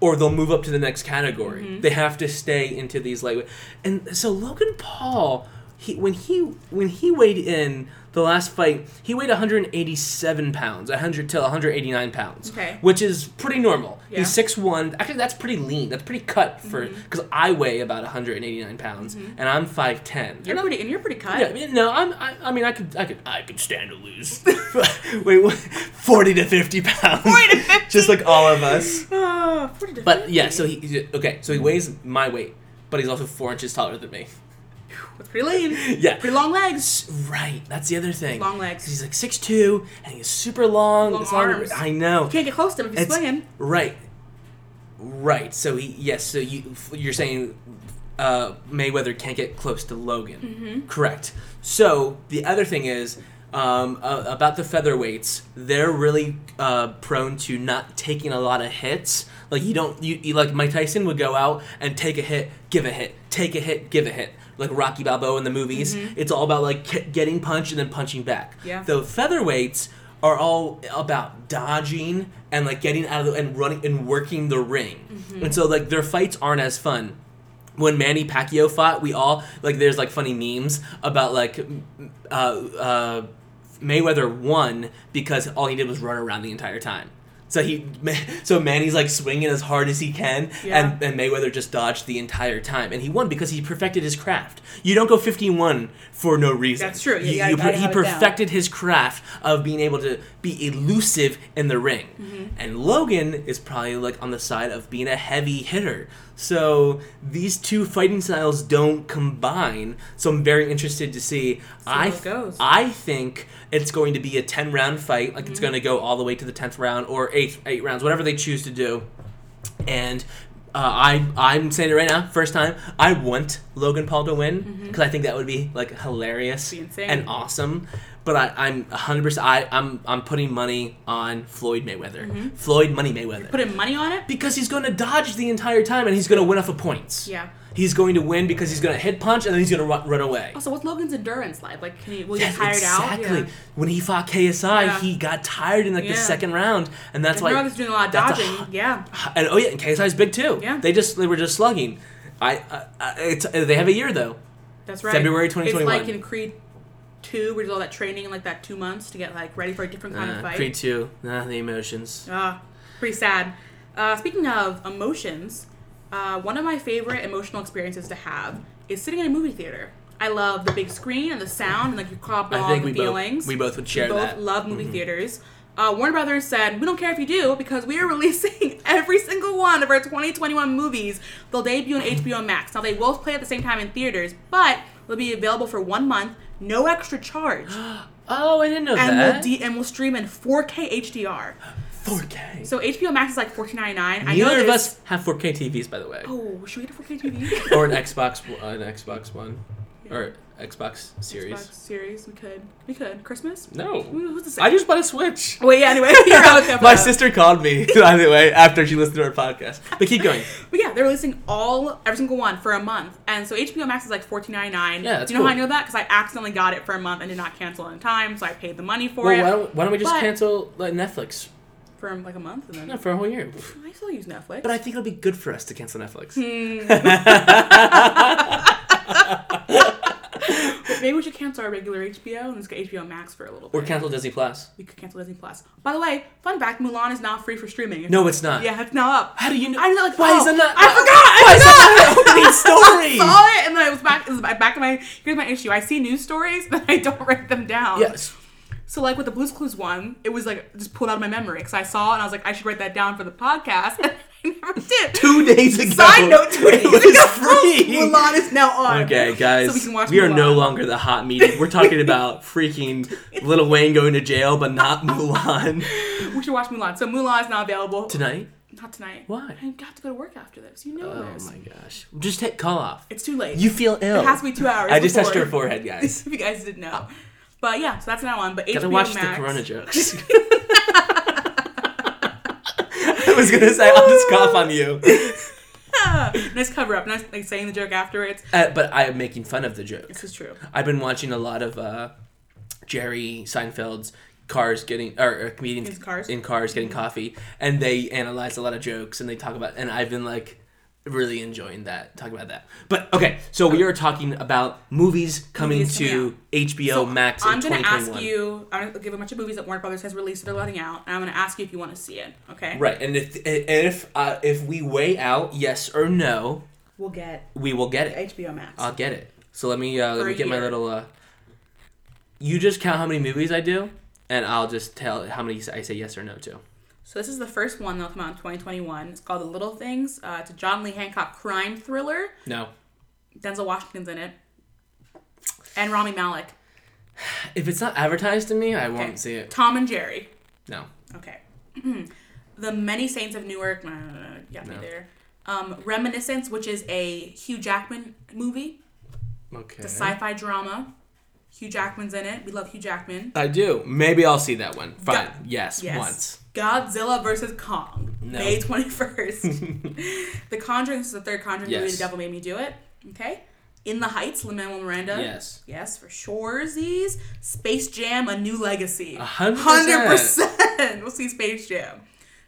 [SPEAKER 2] or they'll move up to the next category
[SPEAKER 1] Mm-hmm.
[SPEAKER 2] they have to stay into these lightweight and so logan paul he, when he when he weighed in the last fight he weighed 187 pounds 100 till 189 pounds
[SPEAKER 1] Okay.
[SPEAKER 2] which is pretty normal
[SPEAKER 1] Yeah.
[SPEAKER 2] he's six one. Actually, that's pretty lean. That's pretty cut for
[SPEAKER 1] Mm-hmm.
[SPEAKER 2] because I weigh about 189 pounds and I'm five ten.
[SPEAKER 1] You're pretty, and you're pretty cut.
[SPEAKER 2] Yeah, I mean, no, I'm. I, I mean, I could, I could, I could stand to lose. Wait, what? Forty to fifty pounds.
[SPEAKER 1] 40 to 50.
[SPEAKER 2] Just like all of us.
[SPEAKER 1] Oh, 40 to
[SPEAKER 2] But
[SPEAKER 1] 50.
[SPEAKER 2] yeah, so he- he okay. So he weighs my weight, but he's also four inches taller than me.
[SPEAKER 1] That's pretty lean.
[SPEAKER 2] Yeah.
[SPEAKER 1] Pretty long legs.
[SPEAKER 2] Right. That's the other thing.
[SPEAKER 1] Long legs.
[SPEAKER 2] He's like six two, and he's super long.
[SPEAKER 1] Long
[SPEAKER 2] it's long-
[SPEAKER 1] arms.
[SPEAKER 2] I know.
[SPEAKER 1] Can't get close to him if he's
[SPEAKER 2] It's-
[SPEAKER 1] swinging.
[SPEAKER 2] Right. Right. So he yes. So you you're saying uh, Mayweather can't get close to Logan. Correct. So the other thing is um, uh, about the featherweights. They're really uh, prone to not taking a lot of hits. Like you don't you, you like Mike Tyson would go out and take a hit, give a hit, take a hit, give a hit. Like Rocky Balboa in the movies, it's all about like ke- getting punched and then punching back.
[SPEAKER 1] Yeah.
[SPEAKER 2] The featherweights are all about dodging and like getting out of the and running and working the ring. And so like their fights aren't as fun. When Manny Pacquiao fought, we all like there's like funny memes about like m- uh, uh, Mayweather won because all he did was run around the entire time. So he, Ma- so Manny's like swinging as hard as he can,
[SPEAKER 1] Yeah.
[SPEAKER 2] and, and Mayweather just dodged the entire time, and he won because he perfected his craft. You don't go 51 for no reason.
[SPEAKER 1] That's true. You
[SPEAKER 2] You-
[SPEAKER 1] gotta-
[SPEAKER 2] you
[SPEAKER 1] gotta
[SPEAKER 2] per- he
[SPEAKER 5] have it down.
[SPEAKER 2] perfected his craft of being able to be elusive in the ring,
[SPEAKER 1] Mm-hmm.
[SPEAKER 2] and Logan is probably like on the side of being a heavy hitter. So these two fighting styles don't combine. So I'm very interested to see. I
[SPEAKER 1] how it goes.
[SPEAKER 2] I think it's going to be a 10 round fight. Like it's going to
[SPEAKER 1] Mm-hmm.
[SPEAKER 2] go all the way to the 10th round or eighth, eight rounds, whatever they choose to do. And uh, I, I'm saying it right now, first time, I want Logan Paul to win because I think that would be like hilarious
[SPEAKER 1] Mm-hmm. Be insane.
[SPEAKER 2] and awesome. But I, I'm 100%, I, I'm, I'm putting money on Floyd Mayweather.
[SPEAKER 1] Mm-hmm.
[SPEAKER 2] Floyd Money Mayweather.
[SPEAKER 1] Putting money on it?
[SPEAKER 2] Because he's going to dodge the entire time and he's going to win off of points.
[SPEAKER 1] Yeah.
[SPEAKER 2] He's going to win because he's going to hit punch and then he's going to run, run away.
[SPEAKER 1] Also, what's Logan's endurance like? Like, can he, will he
[SPEAKER 2] Yes,
[SPEAKER 1] get Oh, tired
[SPEAKER 2] exactly.
[SPEAKER 1] out? Yeah.
[SPEAKER 2] When he fought KSI,
[SPEAKER 1] Yeah.
[SPEAKER 2] he got tired in like the
[SPEAKER 1] Yeah.
[SPEAKER 2] second round, and that's
[SPEAKER 1] If
[SPEAKER 2] why.
[SPEAKER 1] Mayweather's doing a lot of
[SPEAKER 2] that's
[SPEAKER 1] dodging, yeah.
[SPEAKER 2] And oh yeah, and KSI's big too.
[SPEAKER 1] Yeah.
[SPEAKER 2] They just they were just slugging. I, I, I it's they have a year though.
[SPEAKER 1] That's right.
[SPEAKER 2] February
[SPEAKER 1] It's
[SPEAKER 2] 2021.
[SPEAKER 1] like in Creed 2, where there's all that training in like that two months to get like ready for a different kind of
[SPEAKER 2] Uh,
[SPEAKER 1] fight.
[SPEAKER 2] Creed two, nah, the emotions.
[SPEAKER 1] Ah, pretty sad. Uh, speaking of emotions, uh, one of my favorite emotional experiences to have is sitting in a movie theater. I love the big screen and the sound and like you cop
[SPEAKER 2] I
[SPEAKER 1] all
[SPEAKER 2] think
[SPEAKER 1] the
[SPEAKER 2] we
[SPEAKER 1] feelings.
[SPEAKER 2] both we both would
[SPEAKER 1] We
[SPEAKER 2] share
[SPEAKER 1] both
[SPEAKER 2] that. Mm-hmm.
[SPEAKER 1] love movie theaters. Uh, Warner Brothers said, "We don't care if you do because we are releasing every single one of our 2021 movies. They'll debut on HBO Max. Now they will play at the same time in theaters, but they'll be available for one month, no extra charge,
[SPEAKER 2] oh, I didn't know
[SPEAKER 1] and we'll
[SPEAKER 2] that.
[SPEAKER 1] de- and we'll stream in 4K HDR.
[SPEAKER 2] 4K.
[SPEAKER 1] So HBO Max is like 14.99. I know
[SPEAKER 2] Neither of
[SPEAKER 1] this-
[SPEAKER 2] us have 4K TVs, by the way,
[SPEAKER 1] Oh, should we get a 4K TV?
[SPEAKER 2] or an Xbox, an Xbox One, or Xbox Series.
[SPEAKER 1] Xbox series, we could, we could. Christmas?
[SPEAKER 2] No,
[SPEAKER 1] Who's the same?
[SPEAKER 2] I just bought a Switch.
[SPEAKER 1] Wait, yeah, anyway.
[SPEAKER 2] My sister called me, by the way, after she listened to our podcast. But keep going.
[SPEAKER 1] But yeah, they're releasing all every single one for a month, and so HBO Max is like fourteen ninety nine.
[SPEAKER 2] Yeah, that's
[SPEAKER 1] Do you know how I
[SPEAKER 2] cool.
[SPEAKER 1] know that? Because I accidentally got it for a month and did not cancel in time, so I paid the money for
[SPEAKER 2] Well,
[SPEAKER 1] it
[SPEAKER 2] why don't, why don't we just
[SPEAKER 1] But-
[SPEAKER 2] cancel like, Netflix?
[SPEAKER 1] for like a month, and then
[SPEAKER 2] No, for a whole year.
[SPEAKER 1] I still use Netflix.
[SPEAKER 2] But I think it'll be good for us to cancel Netflix.
[SPEAKER 1] Hmm. maybe we should cancel our regular HBO and just get HBO Max for a little bit.
[SPEAKER 2] Or cancel Disney Plus.
[SPEAKER 1] we could cancel Disney Plus. By the way, fun fact: Mulan is now free for streaming.
[SPEAKER 2] No, it's not.
[SPEAKER 1] Yeah, it's now up.
[SPEAKER 2] How do you know?
[SPEAKER 1] I'm like,
[SPEAKER 2] why
[SPEAKER 1] oh,
[SPEAKER 2] is that not?
[SPEAKER 1] I forgot.
[SPEAKER 2] Why
[SPEAKER 1] I
[SPEAKER 2] is
[SPEAKER 1] forgot.
[SPEAKER 2] that not an opening story?
[SPEAKER 1] saw it and then I was back. It was back in my here's my issue. I see news stories but I don't write them down.
[SPEAKER 2] Yes.
[SPEAKER 1] So like with the Blue's Clues one, it was like just pulled out of my memory because I saw it and I was like I should write that down for the podcast. and I never did.
[SPEAKER 2] Two days ago.
[SPEAKER 1] Side note: Two days
[SPEAKER 2] it was
[SPEAKER 1] ago,
[SPEAKER 2] free.
[SPEAKER 1] Mulan is now on.
[SPEAKER 2] Okay, guys,
[SPEAKER 1] So we can watch
[SPEAKER 2] are no
[SPEAKER 1] Mulan.
[SPEAKER 2] longer the hot meeting. We're talking about freaking Little Wayne going to jail, but not Mulan
[SPEAKER 1] We should watch Mulan. So Mulan is now available
[SPEAKER 2] tonight.
[SPEAKER 1] Not tonight.
[SPEAKER 2] Why?
[SPEAKER 1] I got to go to work after this. You know
[SPEAKER 2] Oh
[SPEAKER 1] this.
[SPEAKER 2] my gosh! Just take call off.
[SPEAKER 1] It's too late.
[SPEAKER 2] You feel ill.
[SPEAKER 1] It has to be two hours.
[SPEAKER 2] I just touched
[SPEAKER 1] before.
[SPEAKER 2] her forehead, guys.
[SPEAKER 1] if you guys didn't know. But yeah, so that's another one. But
[SPEAKER 2] Gotta
[SPEAKER 1] HBO
[SPEAKER 2] watch
[SPEAKER 1] Max.
[SPEAKER 2] the Corona jokes. I was gonna say I'll just cough on you,
[SPEAKER 1] nice cover up. Nice like saying the joke afterwards.
[SPEAKER 2] uh, but I'm making fun of the joke.
[SPEAKER 1] This is true.
[SPEAKER 2] I've been watching a lot of uh, Jerry Seinfeld's cars getting or, or comedians
[SPEAKER 1] His Cars? Mm-hmm.
[SPEAKER 2] in cars getting coffee, and they analyze a lot of jokes and they talk about. And I've been like really enjoying that talking about that. But okay, so we are talking about movies coming
[SPEAKER 1] Movies coming
[SPEAKER 2] to HBO Max
[SPEAKER 1] I'm
[SPEAKER 2] in
[SPEAKER 1] gonna
[SPEAKER 2] 2021.
[SPEAKER 1] ask you. I'm gonna give a bunch of movies that Warner Brothers has released that are letting out, and I'm gonna ask you if you want to see it. Okay.
[SPEAKER 2] Right, and if and if uh, if we weigh out yes or no,
[SPEAKER 1] We'll get
[SPEAKER 2] we will get it.
[SPEAKER 1] HBO Max.
[SPEAKER 2] I'll get it. So let me uh,
[SPEAKER 1] For
[SPEAKER 2] let me
[SPEAKER 1] a
[SPEAKER 2] get my
[SPEAKER 1] year.
[SPEAKER 2] little. Uh, you just count how many movies I do, and I'll just tell how many I say yes or no to.
[SPEAKER 1] so this is the first one that'll come out in 2021. It's called The Little Things. Uh, it's a John Lee Hancock crime thriller.
[SPEAKER 2] No.
[SPEAKER 1] Denzel Washington's in it, and Rami Malek.
[SPEAKER 2] If it's not advertised to me, I won't
[SPEAKER 1] Okay.
[SPEAKER 2] see it.
[SPEAKER 1] Tom and Jerry.
[SPEAKER 2] No.
[SPEAKER 1] Okay. the Many Saints of Newark. No, no, no, no, you got me there. Um, Reminiscence, which is a Hugh Jackman movie,
[SPEAKER 2] Okay.
[SPEAKER 1] the
[SPEAKER 2] Uh-huh.
[SPEAKER 1] sci-fi drama. Hugh Jackman's in it. We love Hugh Jackman.
[SPEAKER 2] I do. Maybe I'll see that one. Fine.
[SPEAKER 1] Go-
[SPEAKER 2] Yes, Once.
[SPEAKER 1] Godzilla versus Kong. May 21st. the Conjuring, this is the third Conjuring movie.
[SPEAKER 2] Yes.
[SPEAKER 1] The Devil Made Me Do It. Okay. In the Heights, Lin-Manuel Miranda.
[SPEAKER 2] Yes.
[SPEAKER 1] Yes, for sure. Z's. Space Jam, A New Legacy.
[SPEAKER 2] hundred percent.
[SPEAKER 1] 100%. We'll see Space Jam.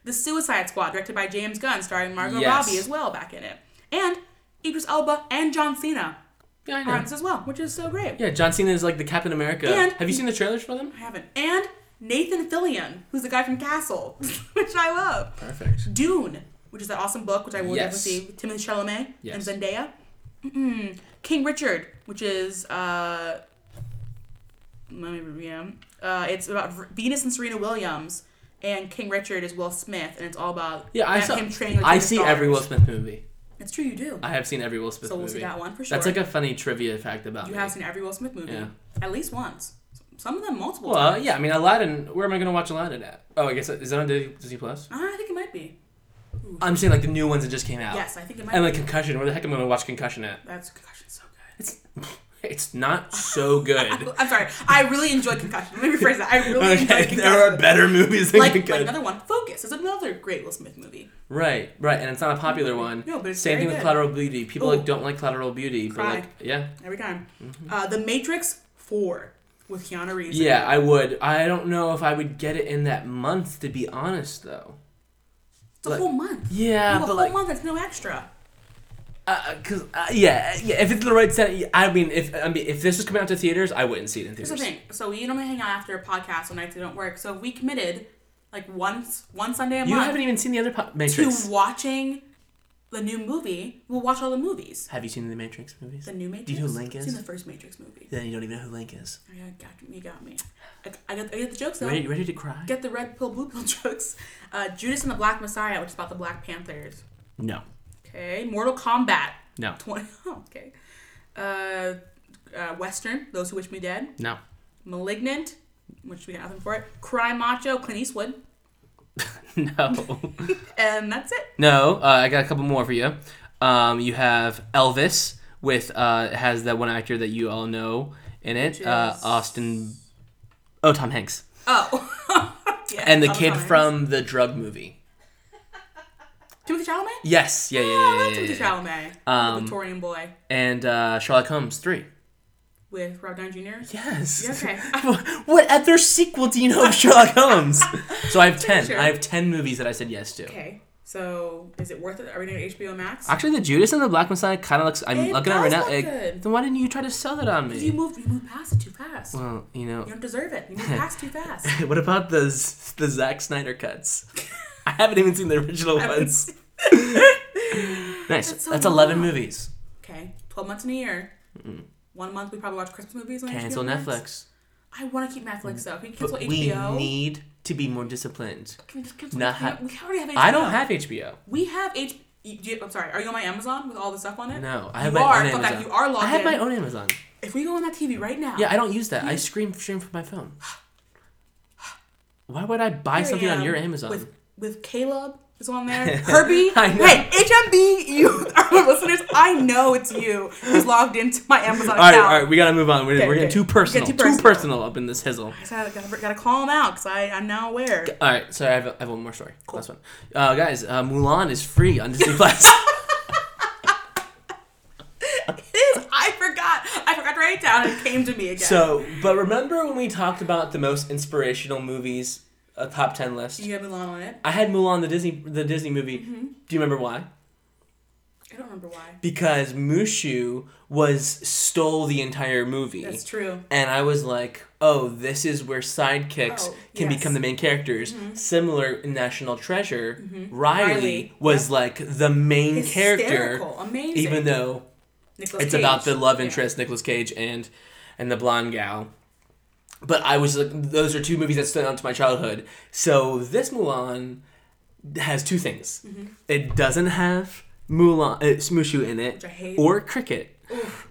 [SPEAKER 1] The Suicide Squad, directed by James Gunn, starring Margot
[SPEAKER 2] Yes.
[SPEAKER 1] Robbie as well back in it. And Idris Elba and John Cena
[SPEAKER 2] Yeah, I
[SPEAKER 1] are
[SPEAKER 2] know.
[SPEAKER 1] in this as well, which is so great.
[SPEAKER 2] Yeah, John Cena is like the Captain America.
[SPEAKER 1] And-
[SPEAKER 2] Have you seen the trailers for them?
[SPEAKER 1] I haven't. And Nathan Fillion, who's the guy from Castle, which I love.
[SPEAKER 2] Perfect.
[SPEAKER 1] Dune, which is that awesome book, which I will
[SPEAKER 2] Yes.
[SPEAKER 1] definitely see. with Timothy Chalamet
[SPEAKER 2] Yes.
[SPEAKER 1] and Zendaya. Mm-mm. King Richard, which is uh, let me yeah, uh, it's about V- Venus and Serena Williams, and King Richard is Will Smith, and it's all about
[SPEAKER 2] Yeah, I
[SPEAKER 1] that-
[SPEAKER 2] saw.
[SPEAKER 1] him training. with
[SPEAKER 2] I
[SPEAKER 1] his
[SPEAKER 2] see
[SPEAKER 1] daughters.
[SPEAKER 2] every Will Smith movie.
[SPEAKER 1] It's true, you do.
[SPEAKER 2] I have seen every Will Smith
[SPEAKER 1] So we'll
[SPEAKER 2] movie.
[SPEAKER 1] see that one for
[SPEAKER 2] That's
[SPEAKER 1] sure.
[SPEAKER 2] like a funny trivia fact about
[SPEAKER 1] you
[SPEAKER 2] me.
[SPEAKER 1] have seen every Will Smith movie
[SPEAKER 2] Yeah.
[SPEAKER 1] at least once. Some of them multiple
[SPEAKER 2] well, uh,
[SPEAKER 1] times.
[SPEAKER 2] yeah. I mean, Aladdin. Where am I gonna watch Aladdin at? Oh, I guess is that on Disney Disney Plus?
[SPEAKER 1] Uh, I think it might be.
[SPEAKER 2] I'm saying like the new ones that just came out.
[SPEAKER 1] Yes, I think it might.
[SPEAKER 2] And
[SPEAKER 1] be.
[SPEAKER 2] like Concussion. Where the heck am I gonna watch Concussion at?
[SPEAKER 1] That's concussion, so good.
[SPEAKER 2] It's it's not so good.
[SPEAKER 1] I'm sorry. I really enjoyed concussion. Let me rephrase that. I really enjoyed
[SPEAKER 2] okay,
[SPEAKER 1] concussion.
[SPEAKER 2] there are better movies than
[SPEAKER 1] like, like
[SPEAKER 2] Concussion.
[SPEAKER 1] another one. Focus is another great Will Smith movie.
[SPEAKER 2] Right, right, and it's not a popular one.
[SPEAKER 1] No, but it's
[SPEAKER 2] same
[SPEAKER 1] very
[SPEAKER 2] thing
[SPEAKER 1] good.
[SPEAKER 2] with Collateral Beauty. People
[SPEAKER 1] Ooh.
[SPEAKER 2] like don't like Collateral Beauty,
[SPEAKER 1] Cry.
[SPEAKER 2] but like yeah,
[SPEAKER 1] Every time. Uh, the Matrix Four with Keanu Reeves.
[SPEAKER 2] Mm-hmm. yeah, I would. I don't know if I would get it in that month. To be honest, though.
[SPEAKER 1] it's a
[SPEAKER 2] like-
[SPEAKER 1] whole month.
[SPEAKER 2] Yeah,
[SPEAKER 1] You have a
[SPEAKER 2] but
[SPEAKER 1] whole
[SPEAKER 2] like,
[SPEAKER 1] month. That's no extra.
[SPEAKER 2] uh, cause uh, yeah, yeah, if it's the right set, I mean, if I mean, if this was coming out to theaters, I wouldn't see it in
[SPEAKER 1] Here's
[SPEAKER 2] theaters.
[SPEAKER 1] the thing. So we normally hang out after a podcast on nights that don't work. So if we committed, like once one Sunday a
[SPEAKER 2] You
[SPEAKER 1] month,
[SPEAKER 2] haven't even seen the other po-
[SPEAKER 1] to
[SPEAKER 2] Matrix.
[SPEAKER 1] watching the new movie, we'll watch all the movies.
[SPEAKER 2] Have you seen the Matrix movies?
[SPEAKER 1] The new Matrix.
[SPEAKER 2] Do you know who Link
[SPEAKER 1] I've seen
[SPEAKER 2] is?
[SPEAKER 1] the first Matrix movie.
[SPEAKER 2] Then you don't even know who Link is.
[SPEAKER 1] Oh, yeah, got- you got me. I, I, got, I get the jokes though.
[SPEAKER 2] You ready, you ready to cry?
[SPEAKER 1] Get the red pill, blue pill jokes. Uh, Judas and the Black Messiah, which is about the Black Panthers.
[SPEAKER 2] No,
[SPEAKER 1] Okay. Mortal Kombat.
[SPEAKER 2] no,
[SPEAKER 1] 20. Oh, okay. Uh, uh, Western, Those Who Wish Me Dead.
[SPEAKER 2] no.
[SPEAKER 1] Malignant, which we got nothing for it. Cry Macho, Clint Eastwood.
[SPEAKER 2] No.
[SPEAKER 1] And that's it.
[SPEAKER 2] no. Uh, I got a couple more for you. Um, you have Elvis with uh, it has that one actor that you all know in it, uh,
[SPEAKER 1] is-
[SPEAKER 2] Austin. Oh, Tom Hanks,
[SPEAKER 1] Oh. yeah,
[SPEAKER 2] and the
[SPEAKER 1] Tom
[SPEAKER 2] kid
[SPEAKER 1] Hanks.
[SPEAKER 2] from the drug movie.
[SPEAKER 1] Timothy Chalamet?
[SPEAKER 2] Yes, yeah, yeah,
[SPEAKER 1] Oh, I
[SPEAKER 2] yeah,
[SPEAKER 1] love
[SPEAKER 2] yeah, yeah,
[SPEAKER 1] Timothy
[SPEAKER 2] yeah.
[SPEAKER 1] Chalamet. the
[SPEAKER 2] Um,
[SPEAKER 1] Victorian boy
[SPEAKER 2] and uh, Sherlock Holmes three.
[SPEAKER 1] with Rob Downey Jr.
[SPEAKER 2] Yes.
[SPEAKER 1] Okay.
[SPEAKER 2] what other sequel do you know of Sherlock Holmes? so I have ten.
[SPEAKER 1] Sure.
[SPEAKER 2] I have ten movies that I said yes to.
[SPEAKER 1] Okay. So is it worth it? Are we doing HBO Max?
[SPEAKER 2] Actually, the Judas and the Black Messiah kind of looks. I'm
[SPEAKER 1] It
[SPEAKER 2] looking at it right
[SPEAKER 1] does
[SPEAKER 2] now.
[SPEAKER 1] look
[SPEAKER 2] like,
[SPEAKER 1] good.
[SPEAKER 2] then why didn't you try to sell that on me?
[SPEAKER 1] you moved you moved past it too fast.
[SPEAKER 2] well, you know,
[SPEAKER 1] You don't deserve it. You moved past too fast.
[SPEAKER 2] what about the Z- the Zack Snyder cuts? I haven't even seen the original
[SPEAKER 1] haven't
[SPEAKER 2] ones. nice.
[SPEAKER 1] That's
[SPEAKER 2] That's,
[SPEAKER 1] so
[SPEAKER 2] eleven
[SPEAKER 1] long.
[SPEAKER 2] movies.
[SPEAKER 1] Okay. Twelve months in a year. One month we probably watch Christmas movies. On
[SPEAKER 2] Cancel
[SPEAKER 1] HBO Max.
[SPEAKER 2] Netflix. Mm.
[SPEAKER 1] I want to keep Netflix though. Can we cancel
[SPEAKER 2] But we
[SPEAKER 1] HBO?
[SPEAKER 2] need to be more disciplined.
[SPEAKER 1] Can we just cancel
[SPEAKER 2] not
[SPEAKER 1] HBO?
[SPEAKER 2] have-
[SPEAKER 1] we already have HBO.
[SPEAKER 2] I don't have HBO.
[SPEAKER 1] We have H. you- do you- I'm sorry. Are you on my Amazon with all the stuff on it?
[SPEAKER 2] No, I have
[SPEAKER 1] you
[SPEAKER 2] my
[SPEAKER 1] are,
[SPEAKER 2] own
[SPEAKER 1] fuck
[SPEAKER 2] Amazon.
[SPEAKER 1] that, You are logged
[SPEAKER 2] I have
[SPEAKER 1] in.
[SPEAKER 2] my own Amazon.
[SPEAKER 1] If we go on that TV right now,
[SPEAKER 2] Yeah, I don't use that. I scream stream from my phone. Why would I buy
[SPEAKER 1] Here I
[SPEAKER 2] something on
[SPEAKER 1] am
[SPEAKER 2] your Amazon?
[SPEAKER 1] with with Caleb is on there. Herbie,
[SPEAKER 2] I know.
[SPEAKER 1] hey HMB, you our listeners. I know it's you who's logged into my Amazon
[SPEAKER 2] all right,
[SPEAKER 1] account.
[SPEAKER 2] all right, we gotta move on. We're,
[SPEAKER 1] Okay,
[SPEAKER 2] we're getting
[SPEAKER 1] okay.
[SPEAKER 2] too personal,
[SPEAKER 1] Get
[SPEAKER 2] too
[SPEAKER 1] too
[SPEAKER 2] personal.
[SPEAKER 1] personal.
[SPEAKER 2] up in this hizzle.
[SPEAKER 1] So I gotta, gotta call him out because I I'm now aware.
[SPEAKER 2] All right, so I have, I have one more story. Last one, uh, guys. Uh, Mulan is free on Disney Plus.
[SPEAKER 1] It is. I forgot. I forgot to write it down. and It came to me again.
[SPEAKER 2] so, but remember when we talked about the most inspirational movies, a top ten list?
[SPEAKER 1] you Mm-hmm. have Mulan on it.
[SPEAKER 2] I had Mulan, the Disney, the Disney movie. Do you remember why?
[SPEAKER 1] I don't remember why.
[SPEAKER 2] Because Mushu was stole the entire movie.
[SPEAKER 1] That's true.
[SPEAKER 2] and I was like, oh, this is where sidekicks
[SPEAKER 1] Oh, yes.
[SPEAKER 2] can
[SPEAKER 1] Mm-hmm.
[SPEAKER 2] become the main characters. Similar in National Treasure, Riley,
[SPEAKER 1] Riley,
[SPEAKER 2] was like the main
[SPEAKER 1] Hysterical,
[SPEAKER 2] character,
[SPEAKER 1] amazing.
[SPEAKER 2] even though
[SPEAKER 1] Nicolas
[SPEAKER 2] it's about the
[SPEAKER 1] Cage.
[SPEAKER 2] love
[SPEAKER 1] Yeah.
[SPEAKER 2] interest Nicolas Cage and and the blonde gal. But I was like, those are two movies that stood out to my childhood. So this Mulan has two things.
[SPEAKER 1] Mm-hmm.
[SPEAKER 2] It doesn't have Mulan uh, Smushu in it
[SPEAKER 1] I hate.
[SPEAKER 2] or cricket,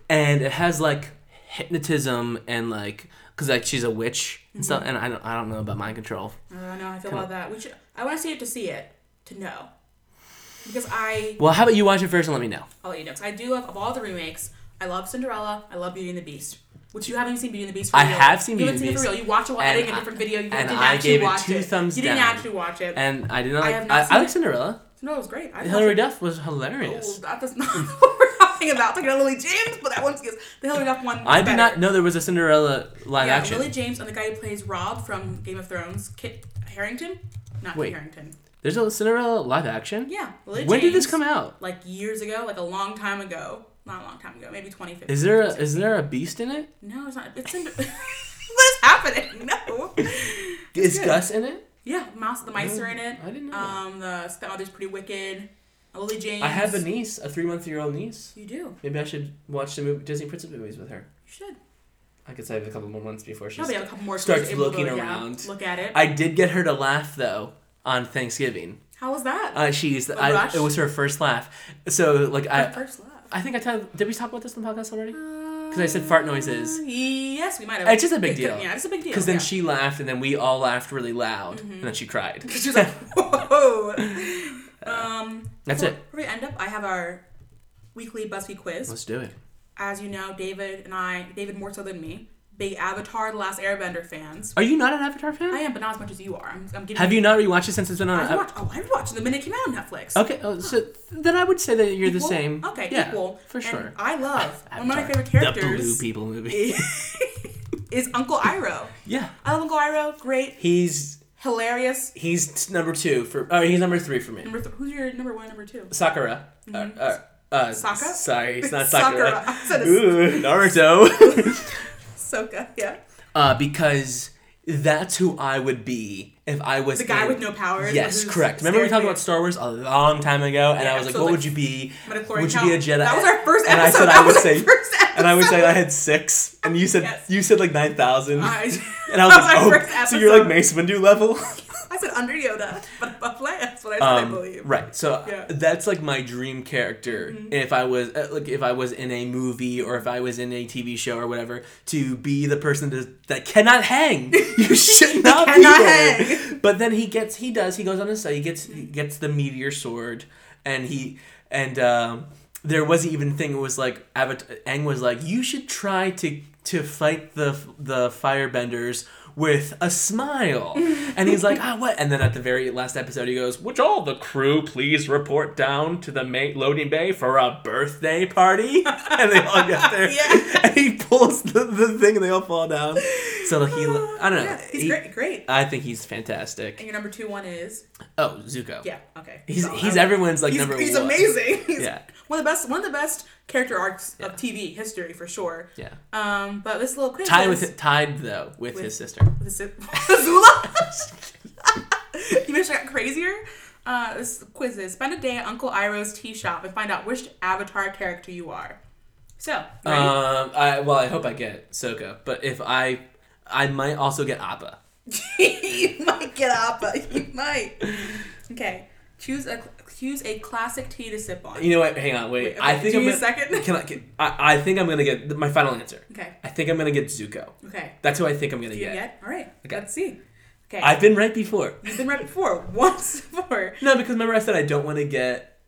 [SPEAKER 2] and it has like hypnotism and like because like she's a witch and stuff.
[SPEAKER 1] Mm-hmm.
[SPEAKER 2] And I don't I don't know about mind control.
[SPEAKER 1] I don't know how I feel about that. We should, I want to see it to see it, to know. Because I,
[SPEAKER 2] Well, how about you watch it first and let me know?
[SPEAKER 1] I'll let you know. 'Cause I do love, of all the remakes, I love Cinderella, I love Beauty and the Beast. Which you haven't even seen Beauty and the Beast for
[SPEAKER 2] I
[SPEAKER 1] real.
[SPEAKER 2] have seen
[SPEAKER 1] you
[SPEAKER 2] Beauty
[SPEAKER 1] haven't
[SPEAKER 2] and the
[SPEAKER 1] seen it for
[SPEAKER 2] Beast.
[SPEAKER 1] real. You watch it while
[SPEAKER 2] And
[SPEAKER 1] editing a
[SPEAKER 2] I-
[SPEAKER 1] different video. You
[SPEAKER 2] and
[SPEAKER 1] didn't
[SPEAKER 2] I
[SPEAKER 1] actually
[SPEAKER 2] gave it
[SPEAKER 1] watch
[SPEAKER 2] two thumbs
[SPEAKER 1] You didn't
[SPEAKER 2] down.
[SPEAKER 1] actually watch it.
[SPEAKER 2] And I did not.
[SPEAKER 1] I
[SPEAKER 2] Like, I,
[SPEAKER 1] have not
[SPEAKER 2] I,
[SPEAKER 1] seen
[SPEAKER 2] like
[SPEAKER 1] it.
[SPEAKER 2] Cinderella.
[SPEAKER 1] Cinderella was great. I
[SPEAKER 2] Hilary
[SPEAKER 1] loved it.
[SPEAKER 2] Duff was hilarious.
[SPEAKER 1] Oh, that does not what we're talking about. Talking about Lily James, but that one's yes, the Hillary Duff one.
[SPEAKER 2] I
[SPEAKER 1] is
[SPEAKER 2] did
[SPEAKER 1] better.
[SPEAKER 2] not know there was a Cinderella live
[SPEAKER 1] Yeah,
[SPEAKER 2] action.
[SPEAKER 1] Lily James and the guy who plays Rob from Game of Thrones, Kit Harrington, not
[SPEAKER 2] Wait.
[SPEAKER 1] Kit Harrington.
[SPEAKER 2] There's a Cinderella live action.
[SPEAKER 1] Yeah, Lily
[SPEAKER 2] When did this
[SPEAKER 1] James.
[SPEAKER 2] come out?
[SPEAKER 1] like years ago, like a long time ago. Not a long time ago, maybe 2015.
[SPEAKER 2] Is there a is there a beast in it?
[SPEAKER 1] No, it's not. It's in. What's happening? No.
[SPEAKER 2] Is
[SPEAKER 1] good.
[SPEAKER 2] Gus in it?
[SPEAKER 1] Yeah, Mouse the Mice are in it.
[SPEAKER 2] I didn't know that.
[SPEAKER 1] Um, the stepmother's pretty wicked. Lily James.
[SPEAKER 2] I have a niece, a three month year old niece.
[SPEAKER 1] You do. You
[SPEAKER 2] Maybe I should watch the movie, Disney Princess movies with her.
[SPEAKER 1] should.
[SPEAKER 2] I guess I have a couple more months before she's.
[SPEAKER 1] Probably have a couple more.
[SPEAKER 2] starts
[SPEAKER 1] people
[SPEAKER 2] looking
[SPEAKER 1] yeah,
[SPEAKER 2] around.
[SPEAKER 1] look at it.
[SPEAKER 2] I did get her to laugh though on Thanksgiving.
[SPEAKER 1] How was that?
[SPEAKER 2] Uh, she's
[SPEAKER 1] A
[SPEAKER 2] I,
[SPEAKER 1] rush?
[SPEAKER 2] it was her first laugh. So like
[SPEAKER 1] Her Uh,
[SPEAKER 2] I
[SPEAKER 1] first love.
[SPEAKER 2] I think I told did we talk about this on the podcast already? I said fart noises.
[SPEAKER 1] Uh, Yes, we might have.
[SPEAKER 2] It's just a big
[SPEAKER 1] could-
[SPEAKER 2] deal.
[SPEAKER 1] Yeah, it's a big deal.
[SPEAKER 2] Because then
[SPEAKER 1] yeah. Mm-hmm.
[SPEAKER 2] she laughed and then we all laughed really loud and then she cried.
[SPEAKER 1] She was like, whoa. um,
[SPEAKER 2] Uh, That's
[SPEAKER 1] before-
[SPEAKER 2] it.
[SPEAKER 1] Before we end up, I have our weekly BuzzFeed quiz.
[SPEAKER 2] Let's do it.
[SPEAKER 1] As you know, David and I, David more so than me, big Avatar: The Last Airbender fans.
[SPEAKER 2] Are you not an Avatar fan?
[SPEAKER 1] I am, but not as much as you are. I'm, I'm giving
[SPEAKER 2] Have you not rewatched it since it's been on?
[SPEAKER 1] I watched, oh, I watched it the minute it came out on Netflix.
[SPEAKER 2] okay, oh, so then I would say that you're the
[SPEAKER 1] Equal?
[SPEAKER 2] same.
[SPEAKER 1] Okay,
[SPEAKER 2] yeah,
[SPEAKER 1] equal.
[SPEAKER 2] for
[SPEAKER 1] And
[SPEAKER 2] sure.
[SPEAKER 1] I love one of my
[SPEAKER 2] Avatar,
[SPEAKER 1] favorite
[SPEAKER 2] The Blue
[SPEAKER 1] characters
[SPEAKER 2] People movie.
[SPEAKER 1] is Uncle Iroh.
[SPEAKER 2] yeah,
[SPEAKER 1] I love Uncle Iroh. Great,
[SPEAKER 2] he's
[SPEAKER 1] hilarious.
[SPEAKER 2] he's number two for. Oh, he's number three for me.
[SPEAKER 1] Number th- who's your number one? Number two?
[SPEAKER 2] Sakura. Uh, uh, uh,
[SPEAKER 1] Mm-hmm. Sokka?
[SPEAKER 2] Sorry, it's not
[SPEAKER 1] Sakura.
[SPEAKER 2] Sakura.
[SPEAKER 1] I said it's-
[SPEAKER 2] Ooh, Naruto.
[SPEAKER 1] Soka. Yeah.
[SPEAKER 2] uh, because that's who I would be if I was
[SPEAKER 1] The guy
[SPEAKER 2] in-
[SPEAKER 1] with no powers,
[SPEAKER 2] Yes,
[SPEAKER 1] who's
[SPEAKER 2] correct. Remember we talked
[SPEAKER 1] staring
[SPEAKER 2] about Star Wars a long time ago, and
[SPEAKER 1] Yeah,
[SPEAKER 2] I was like,
[SPEAKER 1] so
[SPEAKER 2] "What
[SPEAKER 1] like,
[SPEAKER 2] would you be?
[SPEAKER 1] Midichlorian
[SPEAKER 2] Would you be a
[SPEAKER 1] count.
[SPEAKER 2] Jedi?"
[SPEAKER 1] That was our first
[SPEAKER 2] And I
[SPEAKER 1] episode.
[SPEAKER 2] said
[SPEAKER 1] That
[SPEAKER 2] I would
[SPEAKER 1] was our
[SPEAKER 2] say,
[SPEAKER 1] first
[SPEAKER 2] and I would say
[SPEAKER 1] episode.
[SPEAKER 2] I had six, and you said
[SPEAKER 1] Yes.
[SPEAKER 2] you said like nine thousand,
[SPEAKER 1] I-
[SPEAKER 2] and I was
[SPEAKER 1] that was
[SPEAKER 2] like,
[SPEAKER 1] our
[SPEAKER 2] "Oh,
[SPEAKER 1] first
[SPEAKER 2] so you're like
[SPEAKER 1] episode.
[SPEAKER 2] Mace Windu level."
[SPEAKER 1] I said under Yoda, but above Leia. That's what I said. I believe.
[SPEAKER 2] Um, Right. So uh,
[SPEAKER 1] Yeah. Mm-hmm.
[SPEAKER 2] that's like my dream character. If I was uh, like if I was in a movie or if I was in a TV show or whatever, to be the person that, that cannot hang. You should not be
[SPEAKER 1] cannot
[SPEAKER 2] there.
[SPEAKER 1] hang.
[SPEAKER 2] But then he gets he does he goes on his side. He gets he gets the meteor sword and he and um, there was even thing it was like Avatar Aang was like you should try to to fight the the firebenders with a smile and he's like ah what and then at the very last episode he goes would all the crew please report down to the ma- loading bay for a birthday party and they all get there
[SPEAKER 1] Yeah.
[SPEAKER 2] and he pulls the, the thing and they all fall down so like he I don't know
[SPEAKER 1] Yeah, he's
[SPEAKER 2] He- uh,
[SPEAKER 1] great. Great.
[SPEAKER 2] I think he's fantastic
[SPEAKER 1] And your number two one is
[SPEAKER 2] oh Zuko
[SPEAKER 1] yeah. Okay.
[SPEAKER 2] he's
[SPEAKER 1] So,
[SPEAKER 2] he's
[SPEAKER 1] I-
[SPEAKER 2] everyone's like
[SPEAKER 1] He's,
[SPEAKER 2] number
[SPEAKER 1] he's
[SPEAKER 2] one
[SPEAKER 1] amazing. He's
[SPEAKER 2] Yeah.
[SPEAKER 1] One of the best. One of the best character arcs of TV history for sure.
[SPEAKER 2] yeah
[SPEAKER 1] Um, but this little quiz
[SPEAKER 2] tied
[SPEAKER 1] is,
[SPEAKER 2] with tied though with,
[SPEAKER 1] With-
[SPEAKER 2] his sister.
[SPEAKER 1] This is Azula. you mentioned I got crazier. Uh, this quiz is spend a day at Uncle Iroh's tea shop and find out which Avatar character you are. So, ready?
[SPEAKER 2] Um, I well, I hope I get Soka, but if I, I might also get Appa.
[SPEAKER 1] you might get Appa. You might. Okay. Choose a choose a classic tea to sip on.
[SPEAKER 2] You know what? Hang on, wait.
[SPEAKER 1] Wait,
[SPEAKER 2] I
[SPEAKER 1] okay,
[SPEAKER 2] think
[SPEAKER 1] give
[SPEAKER 2] I'm
[SPEAKER 1] me
[SPEAKER 2] gonna,
[SPEAKER 1] a second.
[SPEAKER 2] Can I, can, I? I think I'm gonna get my final answer.
[SPEAKER 1] Okay.
[SPEAKER 2] I think I'm gonna get Zuko.
[SPEAKER 1] Okay.
[SPEAKER 2] That's who I think I'm gonna
[SPEAKER 1] You
[SPEAKER 2] get.
[SPEAKER 1] get? All right.
[SPEAKER 2] Okay.
[SPEAKER 1] Let's see. Okay.
[SPEAKER 2] I've been right before.
[SPEAKER 1] You've been read before. Once before.
[SPEAKER 2] No, because remember I said I don't want to get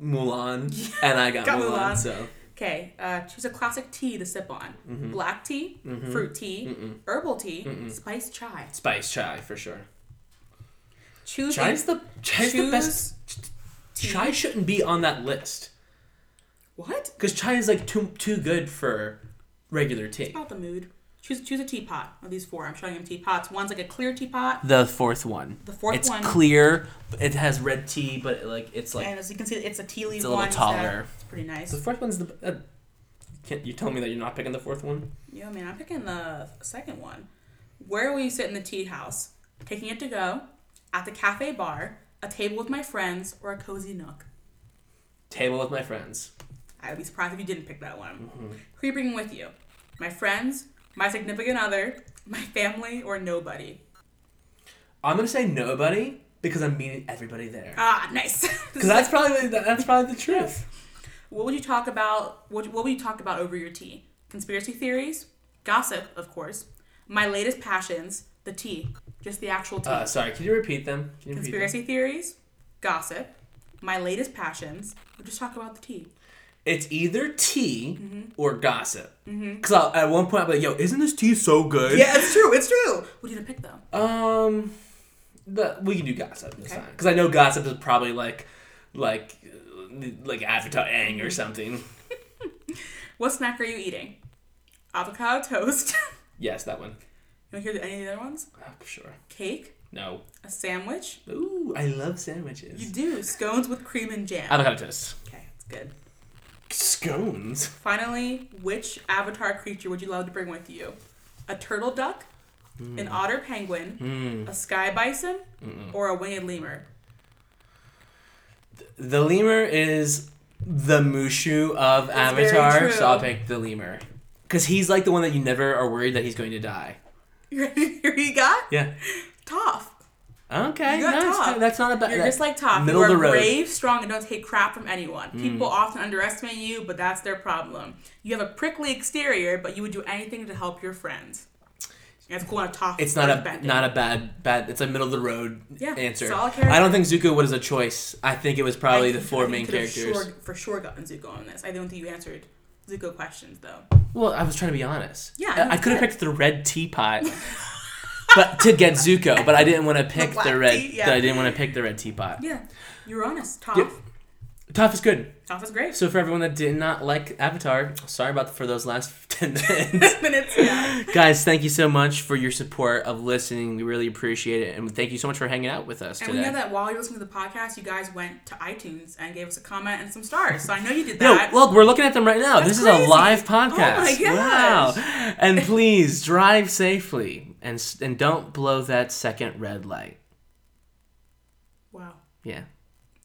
[SPEAKER 2] Mulan, and I got,
[SPEAKER 1] got
[SPEAKER 2] Mulan,
[SPEAKER 1] Mulan.
[SPEAKER 2] So
[SPEAKER 1] Okay. Uh, choose a classic tea to sip on.
[SPEAKER 2] Mm-hmm.
[SPEAKER 1] Black tea, fruit tea, herbal tea, spiced chai.
[SPEAKER 2] spice chai for sure.
[SPEAKER 1] Choose a-
[SPEAKER 2] Chai's the chai's the best. Chai shouldn't be on that list
[SPEAKER 1] What?
[SPEAKER 2] because chai is like too too good for regular tea.
[SPEAKER 1] About the mood. Choose choose a teapot of these four. I'm showing them teapots. One's like a clear teapot,
[SPEAKER 2] The fourth one. The
[SPEAKER 1] fourth
[SPEAKER 2] it's
[SPEAKER 1] one.
[SPEAKER 2] clear. It has red tea, but like it's like
[SPEAKER 1] and as you can see, it's a tea leaf.
[SPEAKER 2] a little
[SPEAKER 1] one, so
[SPEAKER 2] taller.
[SPEAKER 1] It's pretty nice.
[SPEAKER 2] the fourth one's the. Uh, can't you tell me that you're not picking the fourth one?
[SPEAKER 1] Yeah, man, I'm picking the second one. Where will you sit in the tea house? Taking it to go, at the cafe bar, a table with my friends, or a cozy nook.
[SPEAKER 2] Table with my friends.
[SPEAKER 1] I would be surprised if you didn't pick that one. Who are you bringing with you? My friends, my significant other, my family, or nobody?
[SPEAKER 2] I'm gonna say nobody because I'm meeting everybody there.
[SPEAKER 1] Ah, nice.
[SPEAKER 2] Because that's probably that's probably the truth.
[SPEAKER 1] What would you talk about? What, what would you talk about over your tea? Conspiracy theories, gossip, of course. My latest passions, the tea, just the actual tea.
[SPEAKER 2] Uh, sorry, can you repeat them? Can you repeat them?
[SPEAKER 1] Conspiracy theories, gossip, my latest passions. We'll just talk about the tea.
[SPEAKER 2] It's either tea
[SPEAKER 1] Mm-hmm.
[SPEAKER 2] or gossip. Because I'll at one point I'll be like, "Yo, isn't this tea so good?"
[SPEAKER 1] it's true. It's true. What are you gonna pick though?
[SPEAKER 2] Um, but we can do gossip this
[SPEAKER 1] Okay.
[SPEAKER 2] time because I know gossip is probably like, like, uh, like Avatar Aang or something.
[SPEAKER 1] What snack are you eating? Avocado toast.
[SPEAKER 2] Yes, that one.
[SPEAKER 1] you want to hear any of the other ones?
[SPEAKER 2] Oh, sure.
[SPEAKER 1] Cake,
[SPEAKER 2] No.
[SPEAKER 1] a sandwich.
[SPEAKER 2] Ooh, I love
[SPEAKER 1] You
[SPEAKER 2] sandwiches.
[SPEAKER 1] do scones with cream and jam.
[SPEAKER 2] Avocado toast.
[SPEAKER 1] okay, that's good.
[SPEAKER 2] Scones.
[SPEAKER 1] Finally, which avatar creature would you love to bring with you? A turtle duck,
[SPEAKER 2] Hmm.
[SPEAKER 1] an otter penguin, a sky bison, or a winged lemur?
[SPEAKER 2] The lemur is the Mushu of
[SPEAKER 1] very
[SPEAKER 2] Avatar,
[SPEAKER 1] true.
[SPEAKER 2] so I'll pick the lemur. Because he's like the one that you never are worried that he's going to die.
[SPEAKER 1] Here you got
[SPEAKER 2] Yeah.
[SPEAKER 1] Toph.
[SPEAKER 2] Okay.
[SPEAKER 1] You got
[SPEAKER 2] that's,
[SPEAKER 1] Toph.
[SPEAKER 2] that's not a bad.
[SPEAKER 1] You're
[SPEAKER 2] that-
[SPEAKER 1] just like Toph.
[SPEAKER 2] Middle
[SPEAKER 1] you
[SPEAKER 2] of
[SPEAKER 1] are
[SPEAKER 2] the road. Hmm.
[SPEAKER 1] brave, strong, and don't take crap from anyone. People often underestimate you, but that's their problem. You have a prickly exterior, but you would do anything to help your friends. That's cool on a Toph.
[SPEAKER 2] It's not a
[SPEAKER 1] perspective.
[SPEAKER 2] not a bad bad. It's a middle of the road
[SPEAKER 1] Yeah,
[SPEAKER 2] answer.
[SPEAKER 1] solid character.
[SPEAKER 2] I don't think Zuko was a choice. I think it was
[SPEAKER 1] I
[SPEAKER 2] probably the
[SPEAKER 1] think-
[SPEAKER 2] four
[SPEAKER 1] I think
[SPEAKER 2] main
[SPEAKER 1] you could have
[SPEAKER 2] characters.
[SPEAKER 1] Sure, for sure, gotten Zuko on this. I don't think you answered Zuko questions though.
[SPEAKER 2] Well, I was trying to be honest.
[SPEAKER 1] Yeah,
[SPEAKER 2] I-
[SPEAKER 1] no,
[SPEAKER 2] I,
[SPEAKER 1] it's
[SPEAKER 2] could have
[SPEAKER 1] good.
[SPEAKER 2] picked the red teapot, but to get Zuko. But I didn't want to pick the,
[SPEAKER 1] black
[SPEAKER 2] red.
[SPEAKER 1] tea, yeah.
[SPEAKER 2] I didn't want to pick the red teapot.
[SPEAKER 1] Yeah, you're honest. Toph.
[SPEAKER 2] Yeah. Toph is good.
[SPEAKER 1] Toph is great.
[SPEAKER 2] So for everyone that did not like Avatar, sorry about for those last ten minutes.
[SPEAKER 1] Minutes. Yeah.
[SPEAKER 2] Guys, thank you so much for your support of listening. We really appreciate it, and thank you so much for hanging out with us
[SPEAKER 1] And we
[SPEAKER 2] today.
[SPEAKER 1] know that while you're listening to the podcast, you guys went to iTunes and gave us a comment and some stars. So I know you did
[SPEAKER 2] No,
[SPEAKER 1] that.
[SPEAKER 2] look, we're looking at them right now. this is a
[SPEAKER 1] crazy.
[SPEAKER 2] live podcast.
[SPEAKER 1] Oh my
[SPEAKER 2] Wow.
[SPEAKER 1] gosh.
[SPEAKER 2] And please drive safely and s- and don't blow that second red light.
[SPEAKER 1] wow.
[SPEAKER 2] Yeah.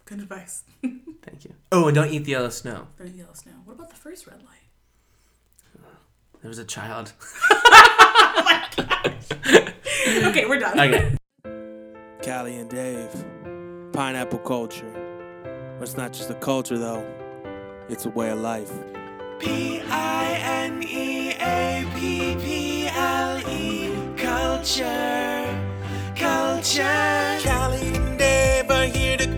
[SPEAKER 1] Good advice.
[SPEAKER 2] Thank you. Oh, and don't eat the yellow snow.
[SPEAKER 1] Burning yellow snow. What about the first red light?
[SPEAKER 2] There was a child.
[SPEAKER 1] Okay, we're done.
[SPEAKER 2] Okay.
[SPEAKER 3] Callie and Dave, pineapple culture. It's not just a culture though, it's a way of life.
[SPEAKER 4] P I N E A P P L E culture, culture.
[SPEAKER 3] Callie and Dave are here to